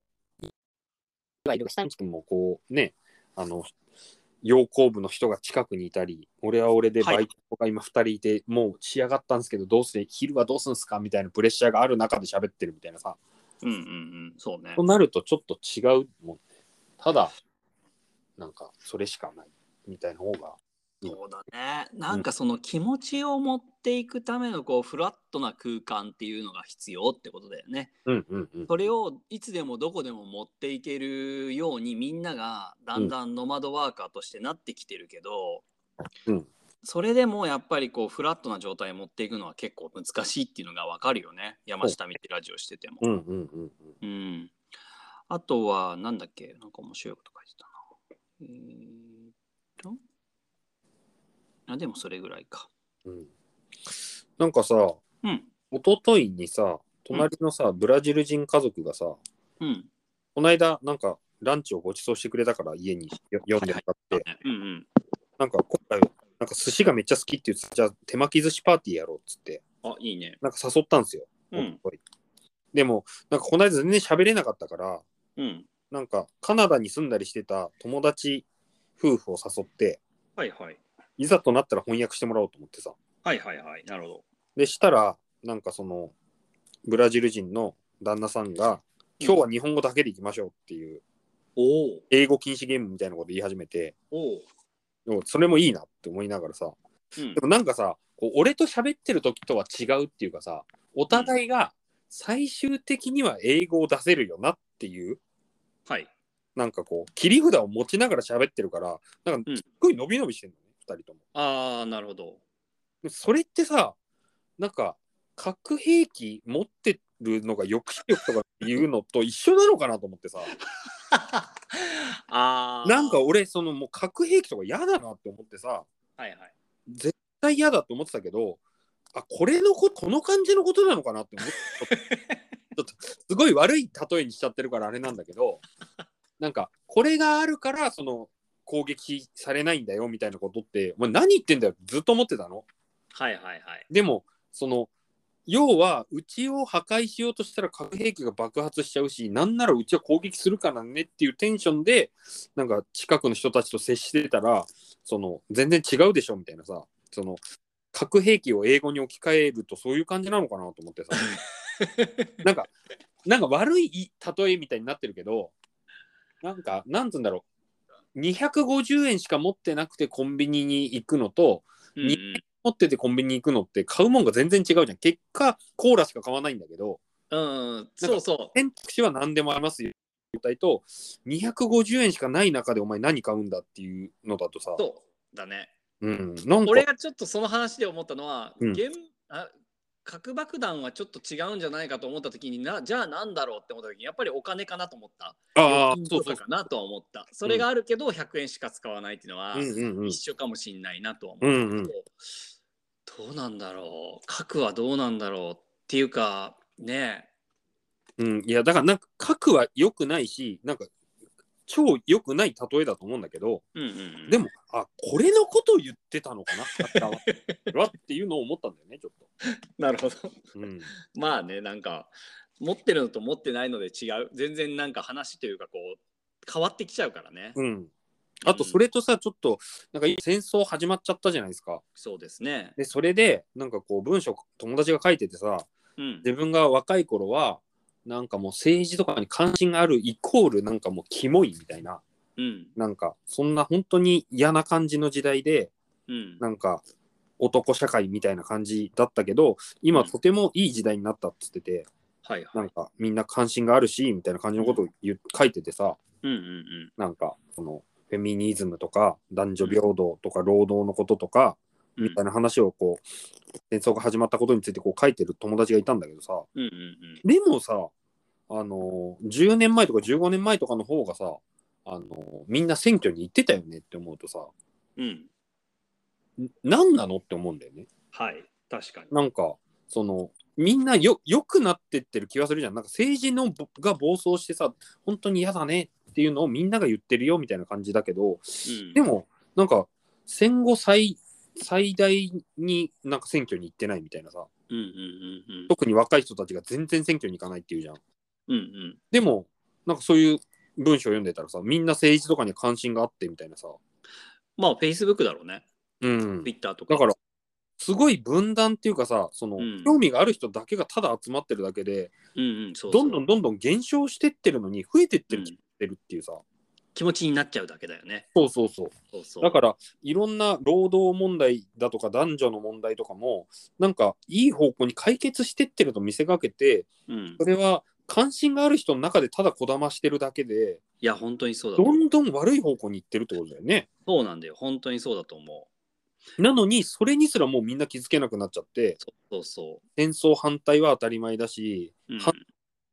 A: 下道君もこうね、あの、陽光部の人が近くにいたり、俺は俺でバイトが今2人いて、もう仕上がったんですけど、どうせ昼はどうすんすかみたいなプレッシャーがある中で喋ってるみたいなさ。
B: うんうんうん、そうね
A: と。なるとちょっと違うもんね。ただ、なんかそれしかないみたいな方が。
B: そうだね。なんかその気持ちを持っていくためのこうフラットな空間っていうのが必要ってことだよね。
A: うんうんうん。
B: それをいつでもどこでも持っていけるようにみんながだんだんノマドワーカーとしてなってきてるけど、
A: うん
B: それでもやっぱりこうフラットな状態に持っていくのは結構難しいっていうのがわかるよね山下見てラジオしてても。
A: うんうんうん
B: うん、あとはなんだっけなんか面白いこと書いてたな。えーっとあでもそれぐらいか。
A: うんうん。なんかさ、
B: うん
A: 一昨日にさ、隣のさ、ブラジル人家族がさ、
B: うん
A: この間、なんかランチをご馳走してくれたから家によ呼んでもらって、
B: うんうん。
A: なんか今回、なんか寿司がめっちゃ好きって言ってたじゃあ手巻き寿司パーティーやろうっつって、
B: あいいね。
A: なんか誘ったんですよ。
B: うん
A: おっといでも、なんかこの間全然喋れなかったから、
B: うん。
A: なんかカナダに住んだりしてた友達夫婦を誘って
B: はいはい。
A: いざとなったら翻訳してもらおうと思ってさ
B: はいはいはい。なるほど。
A: でしたらなんかそのブラジル人の旦那さんが「今日は日本語だけでいきましょう」っていう
B: おお。
A: 英語禁止ゲームみたいなこと言い始めて
B: おお。
A: でもそれもいいなって思いながらさ
B: うん
A: でもなんかさこう俺と喋ってる時とは違うっていうかさお互いが最終的には英語を出せるよなっていう
B: はい。
A: なんかこう切り札を持ちながら喋ってるからなんかすっごい伸び伸びしてるのね、二人とも。
B: ああ、なるほど。
A: それってさなんか核兵器持ってるのが抑止力とか言うのと一緒なのかなと思ってさ
B: あー
A: なんか俺そのもう核兵器とか嫌だなって思ってさ
B: はいはい
A: 絶対嫌だと思ってたけどあこれのここの感じのことなのかなって思ってちょっとすごい悪い例えにしちゃってるからあれなんだけどなんかこれがあるからその攻撃されないんだよみたいなことってお前何言ってんだよってずっと思ってたの。
B: はいはいはい
A: でもその要はうちを破壊しようとしたら核兵器が爆発しちゃうしなんならうちは攻撃するからねっていうテンションでなんか近くの人たちと接してたらその全然違うでしょみたいなさその核兵器を英語に置き換えるとそういう感じなのかなと思ってさなんかなんか悪い例えみたいになってるけどなんかなんつうんだろう250円しか持ってなくてコンビニに行くのと
B: うんうん
A: 持っててコンビニ行くのって買うもんが全然違うじゃん結果コーラしか買わないんだけど
B: うんうん、そうそ
A: 選択肢は何でもありますよ状態と250円しかない中でお前何買うんだっていうのだとさ
B: う。そうだね。
A: うん、なんか
B: 俺がちょっとその話で思ったのは、
A: うん
B: 原あ核爆弾はちょっと違うんじゃないかと思った時にな、じゃあなんだろうって思った時に、やっぱりお金かなと思った。
A: ああ
B: 預金
A: そう
B: と
A: そう
B: かかなとは思った。それがあるけど、100円しか使わないっていうのは、
A: うんうんうん
B: 一緒かもしんないなとは思ったけど、
A: うんうん
B: どうなんだろう核はどうなんだろうっていうか、ね
A: うん、いやだからなんか核は良くないしなんか超良くない例えだと思うんだけど
B: え。うんうんうん、
A: でもあこれのことを言ってたのかな彼らは俺はっていうのを思ったんだよねちょっ
B: なるほど。
A: と。うん
B: まあねなんか持ってるのと持ってないので違う全然なんか話というかこう変わってきちゃうからね、
A: うん、あとそれとさちょっとなんか戦争始まっちゃったじゃないですか。
B: そうですね
A: でそれでなんかこう文章友達が書いててさ
B: うん
A: 自分が若い頃はなんかもう政治とかに関心があるイコールなんかもうキモいみたいな
B: うん
A: なんかそんな本当に嫌な感じの時代で
B: うん
A: なんか男社会みたいな感じだったけど今とてもいい時代になったっつってて
B: はい
A: な
B: はい
A: んかみんな関心があるしみたいな感じのことを言う書いててさ
B: うんうんうん
A: なんかそのフェミニズムとか男女平等とか労働のこととか
B: うん
A: みたいな話をこう戦争が始まったことについてこう書いてる友達がいたんだけどさ
B: うんうん
A: でもさあのー10年前とか15年前とかの方がさあのーみんな選挙に行ってたよねって思うとさ
B: うんうん
A: ん何なのって思うんだよね
B: はい確かに
A: なんかそのみんなよ良くなってってる気がするじゃんなんか政治のぼが暴走してさ本当に嫌だねっていうのをみんなが言ってるよみたいな感じだけど
B: うん
A: でもなんか戦後最最大になんか選挙に行ってないみたいなさ
B: うんうんうん
A: 特に若い人たちが全然選挙に行かないっていうじゃん。
B: うんうん
A: でも、なんかそういう文章を読んでたらさ、みんな政治とかに関心があってみたいなさ。
B: まあフェイスブックだろうね
A: うん。
B: ツイッターとか
A: だから、すごい分断っていうかさ、その、
B: うん
A: 興味がある人だけがただ集まってるだけで、
B: うんうんそうそ
A: ど
B: う
A: んどんどんどん減少してってるのに、増えてってる,、
B: うん
A: ってるっていうさ。
B: 気持ちになっちゃうだけだよね
A: そうそうそう。
B: そうそう
A: だから、いろんな労働問題だとか、男女の問題とかも、なんか、いい方向に解決してってると見せかけて、
B: うん
A: それは、関心がある人の中でただこだましてるだけで、
B: いや本当にそうだと
A: ど
B: 思うん
A: どん悪い方向に行ってるってことだよね。
B: そうなんだよ本当にそうだと思う
A: なのに、それにすらもうみんな気づけなくなっちゃって、
B: そうそ
A: 戦争反対は当たり前だし、
B: う、うん
A: は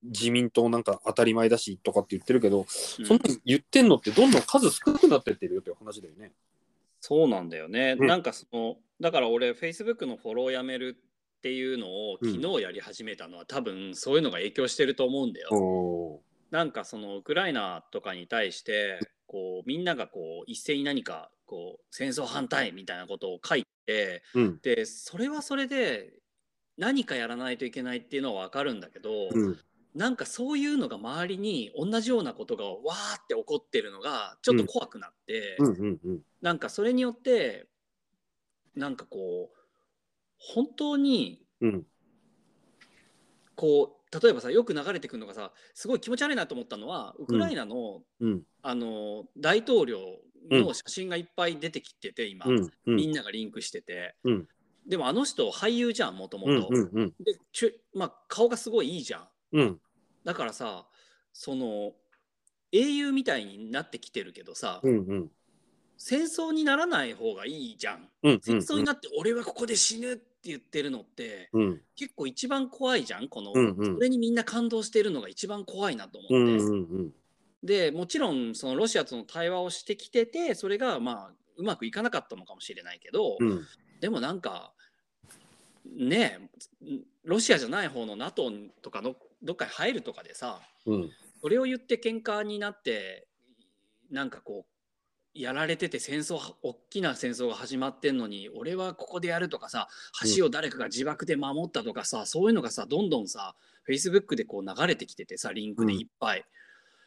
A: 自民党なんか当たり前だしとかって言ってるけど、
B: うん
A: そんなの言ってんのってどんどん数少なくなってってるよっていう話だよね。
B: そうなんだよね、
A: うん
B: なんかそのだから俺 Facebook のフォローやめるっていうのを昨日やり始めたのは、多分そういうのが影響してると思うんだよ、
A: お
B: なんかそのウクライナとかに対してこうみんながこう一斉に何かこう戦争反対みたいなことを書いて
A: うん。
B: でそれはそれで何かやらないといけないっていうのは分かるんだけど、
A: うん。
B: なんかそういうのが周りに同じようなことがわーって起こってるのがちょっと怖くなって、
A: うん。うん。うん。
B: なんかそれによってなんかこう本当に
A: うん。
B: こう例えばさよく流れてくるのがさすごい気持ち悪いなと思ったのはウクライナの,、
A: うん。
B: あの大統領の写真がいっぱい出てきてて今、
A: うん。うん。
B: みんながリンクしてて、
A: うん
B: でもあの人俳優じゃんもともと
A: うん。うん。
B: でちゅまあ、顔がすごいいいじゃん
A: うん。
B: だからさその英雄みたいになってきてるけどさ、
A: うん。うん。
B: 戦争にならない方がいいじゃん
A: うん。
B: 戦争になって俺はここで死ぬって言ってるのって
A: うん
B: 結構一番怖いじゃんこの、
A: うんうん
B: それにみんな感動してるのが一番怖いなと思
A: うん
B: って、
A: うんうん
B: でもちろんそのロシアとの対話をしてきててそれがまあうまくいかなかったのかもしれないけど、
A: うん
B: でもなんかねえロシアじゃない方の NATO とかのどっかに入るとかでさ
A: うん
B: それを言って喧嘩になってなんかこうやられてて戦争大きな戦争が始まってんのに俺はここでやるとかさ橋を誰かが自爆で守ったとかさ、そういうのがさどんどんさ Facebook でこう流れてきててさリンクでいっぱい、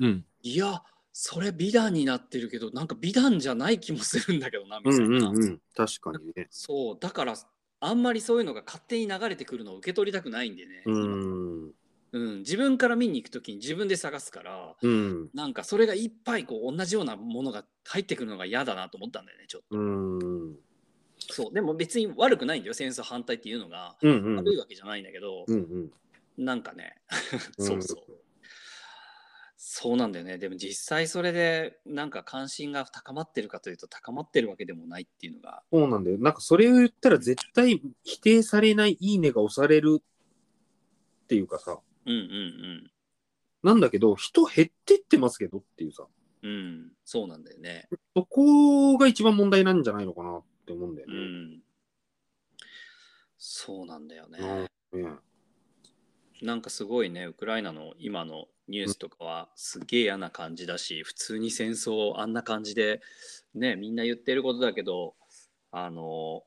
A: うん
B: いやそれ美談になってるけどなんか美談じゃない気もするんだけどなみ
A: う
B: たいな、
A: んうんうん確かにね
B: そうだからあんまりそういうのが勝手に流れてくるのを受け取りたくないんでね、
A: う
B: 今
A: ん
B: うん自分から見に行く時に自分で探すから
A: うん
B: なんかそれがいっぱいこう同じようなものが入ってくるのが嫌だなと思ったんだよねちょっ
A: うん
B: とそうでも別に悪くないんだよ戦争反対っていうのが
A: うんうん
B: 悪いわけじゃないんだけど、
A: うんうん
B: なんかね
A: うん
B: そうそう、そうなんだよねでも実際それでなんか関心が高まってるかというと高まってるわけでもないっていうのが
A: そうなんだよ。なんかそれを言ったら絶対否定されないいいねが押されるっていうかさ、
B: うんうん
A: なんだけど人減ってってますけどっていうさ、
B: うんうんそうなんだよね
A: そこが一番問題なんじゃないのかなって思うんだよ
B: う
A: ね。
B: んそうなんだよね、
A: うんね
B: なんかすごいねウクライナの今のニュースとかはすげえ嫌な感じだし普通に戦争あんな感じでねみんな言ってることだけどあの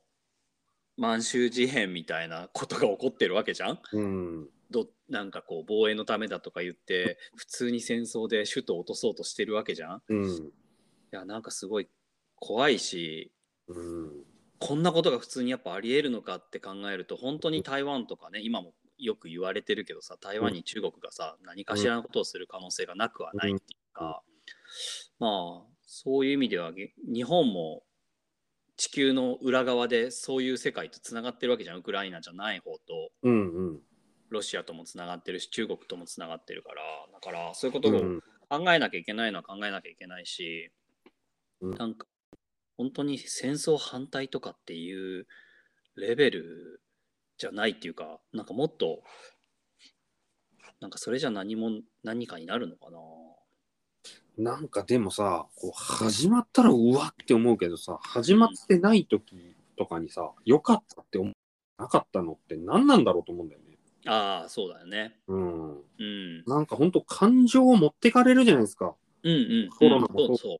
B: 満州事変みたいなことが起こってるわけじゃん
A: うん
B: どなんかこう防衛のためだとか言って普通に戦争で首都を落とそうとしてるわけじゃん
A: う
B: い
A: ん
B: やなんかすごい怖いし
A: うん
B: こんなことが普通にやっぱありえるのかって考えると本当に台湾とかね今もよく言われてるけどさ台湾に中国がさ何かしらのことをする可能性がなくはないっていうか、まあそういう意味ではげ日本も地球の裏側でそういう世界とつながってるわけじゃんウクライナじゃない方と
A: うんうん
B: ロシアともつながってるし中国ともつながってるからだからそういうこと
A: う
B: を
A: ん
B: 考えなきゃいけないのは考えなきゃいけないし、
A: うん
B: なんか本当に戦争反対とかっていうレベルじゃないっていうかなんかもっとなんかそれじゃ何も何かになるのかな
A: なんかでもさこう始まったらうわって思うけどさ始まってない時とかにさ良かったって思なかったのって何なんだろうと思うんだよね。
B: ああそうだよね、
A: うん、
B: うん、
A: なんかほんと感情を持ってかれるじゃないですか。
B: うんうん
A: コロ
B: うん
A: ナも
B: そうそ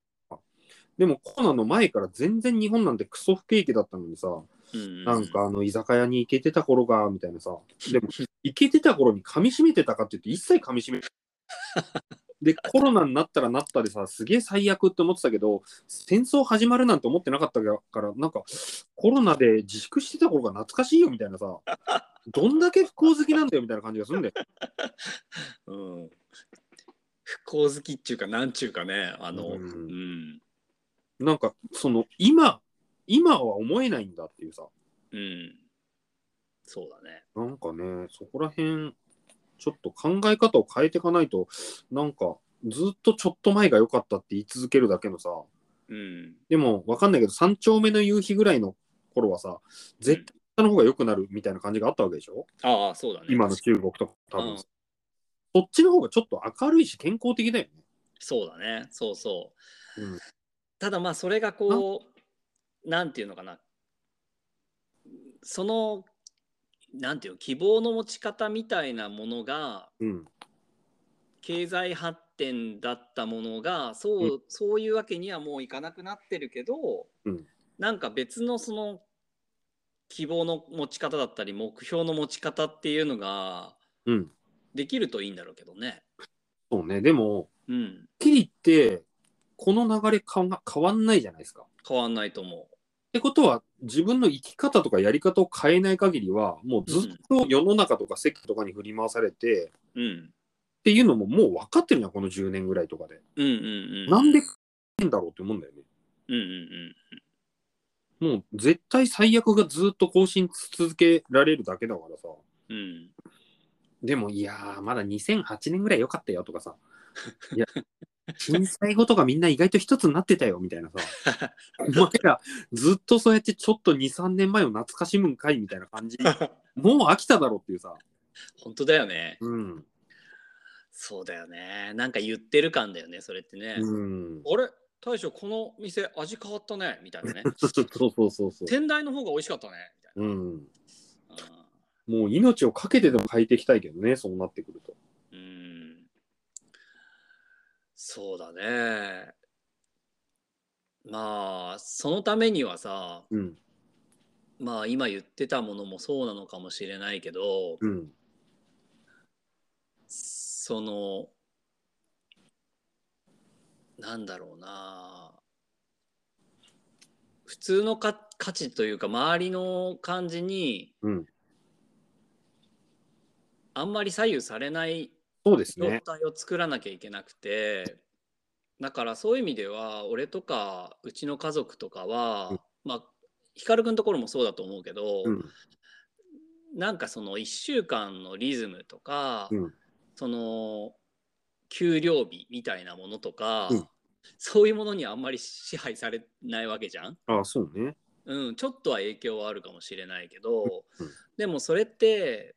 A: でもコロナの前から全然日本なんてクソ不景気だったのにさ、
B: う、うんうん、
A: なんかあの居酒屋に行けてた頃が、みたいなさ、でも行けてた頃に噛み締めてたかって言って一切噛み締め てで、コロナになったらなったでさ、すげえ最悪って思ってたけど、戦争始まるなんて思ってなかったから、なんかコロナで自粛してた頃が懐かしいよみたいなさ、どんだけ不幸好きなんだよみたいな感じがするんだよ。
B: うん、不幸好きっていうかなんちゅうかねあの
A: う
B: うん、
A: んなんかその今、今は思えないんだっていうさ。
B: うん、そうだね
A: なんかね、そこら辺、ちょっと考え方を変えていかないと、なんか、ずっとちょっと前が良かったって言い続けるだけのさ、
B: うん
A: でも、わかんないけど、三丁目の夕日ぐらいの頃はさ、絶対下の方が良くなるみたいな感じがあったわけでしょ
B: ああそうだね
A: 今の中国とか多分、
B: うん
A: そっちの方がちょっと明るいし健康的だよね。
B: そうだねそうそう
A: うん、
B: ただまあそれがこうなんていうのかなそのなんていうの希望の持ち方みたいなものが
A: うん、
B: 経済発展だったものがそう,、
A: う
B: そういうわけにはもういかなくなってるけど、
A: うん
B: なんか別のその希望の持ち方だったり目標の持ち方っていうのが
A: うん、
B: できるといいんだろうけどね。
A: そうね。でも、
B: うん、
A: はっきり言って、この流れかが変わんないじゃないですか。
B: 変わんないと思
A: ってことは自分の生き方とかやり方を変えない限りはもうずっと世の中とか世間とかに振り回されて、っ
B: う。うん、
A: ていうのももう分かってるじゃんこの10年ぐらいとかで、
B: うんうんうん。
A: なんで変えんだろうって思うんだよね
B: うんうんうん。
A: もう絶対最悪がずっと更新し続けられるだけだからさ
B: うん、
A: でもいやーまだ2008年ぐらい良かったよとかさいや震災後とかみんな意外と一つになってたよみたいなさ お前らずっとそうやってちょっと23年前を懐かしむんかいみたいな感じもう飽きただろっていうさ、
B: 本当だよね。
A: うん
B: そうだよね。なんか言ってる感だよね、それってね。
A: うん、
B: あれ大将、この店味変わったね、みたい なね。
A: そうそうそうそう、
B: 天台の方が美味しかったね、み
A: うん、
B: たいな。
A: もう命を懸けてでも変えていきたいけどねそうなってくると
B: うん。うんそうだね。まあ、そのためにはさ、
A: うん
B: まあ今言ってたものもそうなのかもしれないけど、
A: うん
B: そのなんだろうな普通のか価値というか周りの感じに
A: うん
B: あんまり左右されない
A: そうです
B: 状
A: ね
B: 態を作らなきゃいけなくて、だからそういう意味では俺とかうちの家族とかは、
A: うん
B: まあ光くんところもそうだと思うけど、
A: うん
B: なんかその1週間のリズムとか、
A: うん
B: その給料日みたいなものとか、
A: うん
B: そういうものにあんまり支配されないわけじゃん、
A: あそうね
B: うん、ちょっとは影響はあるかもしれないけど、
A: うん
B: でもそれって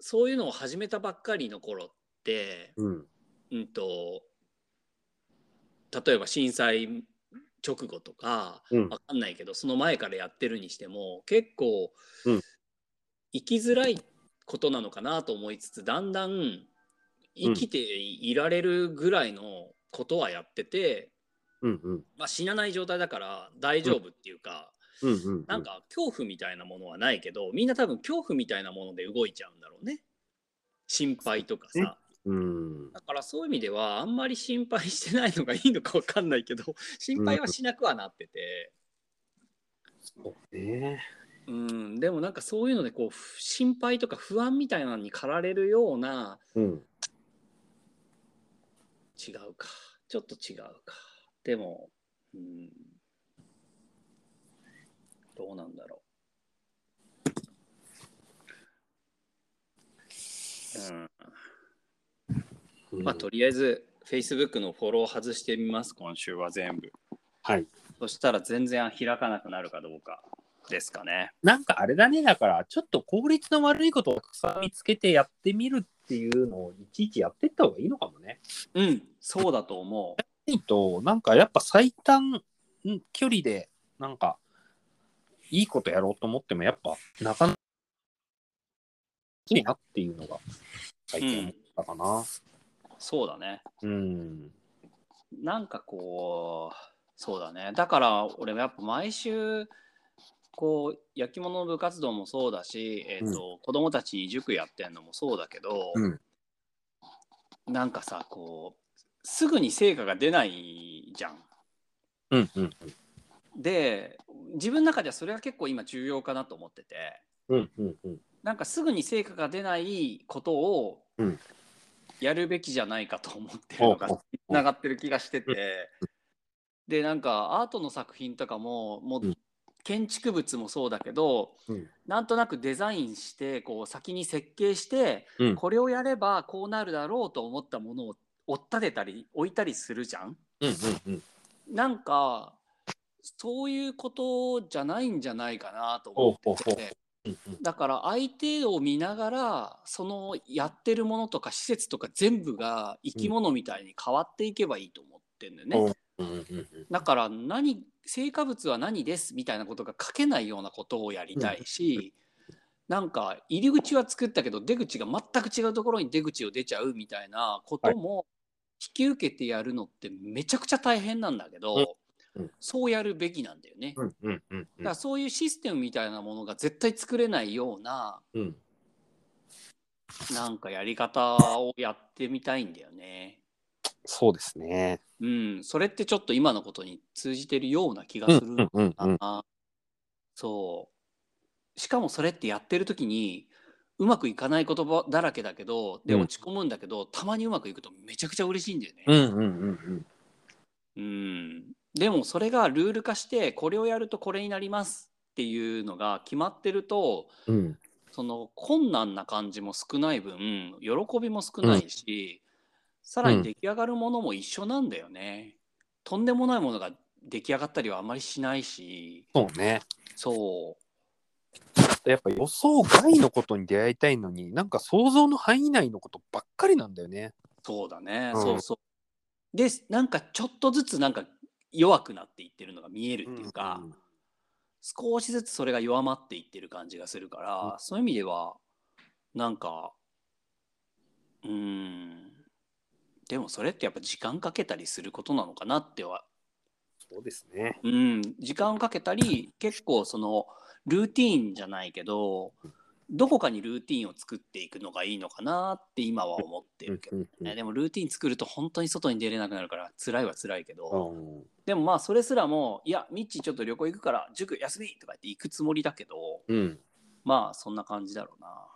B: そういうのを始めたばっかりの頃って、
A: うん
B: うん、と例えば震災直後とか
A: うん
B: わかんないけどその前からやってるにしても結構、
A: うん
B: 生きづらいことなのかなと思いつつだんだん生きていられるぐらいのことはやってて、
A: うんうん
B: まあ、死なない状態だから大丈夫っていうか、
A: うんうんうん
B: なんか恐怖みたいなものはないけどみんな多分恐怖みたいなもので動いちゃうんだろうね心配とかさ。
A: そうねうん
B: だからそういう意味ではあんまり心配してないのがいいのかわかんないけど 心配はしなくはなってて、
A: そうね
B: うん、でもなんかそういうのでこうふ心配とか不安みたいなのに駆られるような
A: うん
B: 違うかちょっと違うかでも、うん、どうなんだろう、うん、まあとりあえず Facebook のフォロー外してみます今週は全部。
A: はい
B: そしたら全然開かなくなるかどうかですかね。
A: なんかあれだね、だから、ちょっと効率の悪いことをたくさん見つけてやってみるっていうのをいちいちやってった方がいいのかもね。
B: うん、そうだと思う。
A: ないと、なんかやっぱ最短ん距離で、なんか、いいことやろうと思っても、やっぱ、なかなか、いいなっていうのが、最近思ったかな。
B: そうだね。
A: うん。
B: なんかこう、そうだね。だから俺もやっぱ毎週、こう、焼き物の部活動もそうだし、えっ、と、子供たちに塾やってんのもそうだけど、
A: うん
B: なんかさ、こう、すぐに成果が出ないじゃん。
A: うんうん
B: で、自分の中ではそれが結構今重要かなと思ってて。
A: うんうんうん
B: なんかすぐに成果が出ないことを
A: うん
B: やるべきじゃないかと思ってるのが
A: おうおう
B: つながってる気がしててでなんかアートの作品とかもも
A: う
B: うん建築物もそうだけど
A: うん
B: なんとなくデザインしてこう先に設計して
A: うん
B: これをやればこうなるだろうと思ったものを追っ立てたり置いたりするじゃん。
A: うんうん
B: なんかそういうことじゃないんじゃないかなと
A: ほう
B: 思
A: ほう
B: っ
A: ほ
B: て
A: う
B: て。
A: うん
B: だから相手を見ながらそのやってるものとか施設とか全部が生き物みたいに変わっていけばいいと思ってんだよね。
A: うんうんうんうん
B: だから何成果物は何ですみたいなことが書けないようなことをやりたいし、なんか入り口は作ったけど出口が全く違うところに出口を出ちゃうみたいなことも引き受けてやるのってめちゃくちゃ大変なんだけど、
A: うんうん
B: そうやるべきなんだよね。
A: うんうんうん
B: だからそういうシステムみたいなものが絶対作れないような
A: うん
B: なんかやり方をやってみたいんだよね。
A: そうですね。
B: うん、それってちょっと今のことに通じてるような気が
A: うん
B: す
A: う
B: る
A: んうん
B: な、そう。しかもそれってやってる時にうまくいかない言葉だらけだけどで
A: うん
B: 落ち込むんだけど、たまにうまくいくとめちゃくちゃ嬉しいんだよね。
A: うんうんうん
B: うん、でもそれがルール化してこれをやるとこれになりますっていうのが決まってると
A: うんうん
B: その困難な感じも少ない分喜びも少ないし、さらに出来上がるものも一緒なんだよね、とんでもないものが出来上がったりはあまりしないし
A: そうね。
B: そう
A: やっぱ予想外のことに出会いたいのに、なんか想像の範囲内のことばっかりなんだよね。
B: そうだね、
A: うん
B: そうそうでなんかちょっとずつなんか弱くなっていってるのが見えるっていうか、
A: うん
B: 少しずつそれが弱まっていってる感じがするか
A: う
B: ら、そういう意味ではなんかうーんでもそれってやっぱ時間かけたりすることなのかなっては
A: そうですね。
B: うん時間をかけたり結構そのルーティーンじゃないけどどこかにルーティーンを作っていくのがいいのかなって今は思ってるけど、
A: うん
B: ねでもルーティーン作ると本当に外に出れなくなるから辛いは辛いけど、
A: うん
B: でもまあそれすらもいやミッチーちょっと旅行行くから塾休みとか言って行くつもりだけど
A: うん。
B: まあそんな感じだろうな、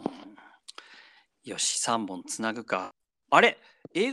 B: うんよし3本つなぐかあれ映画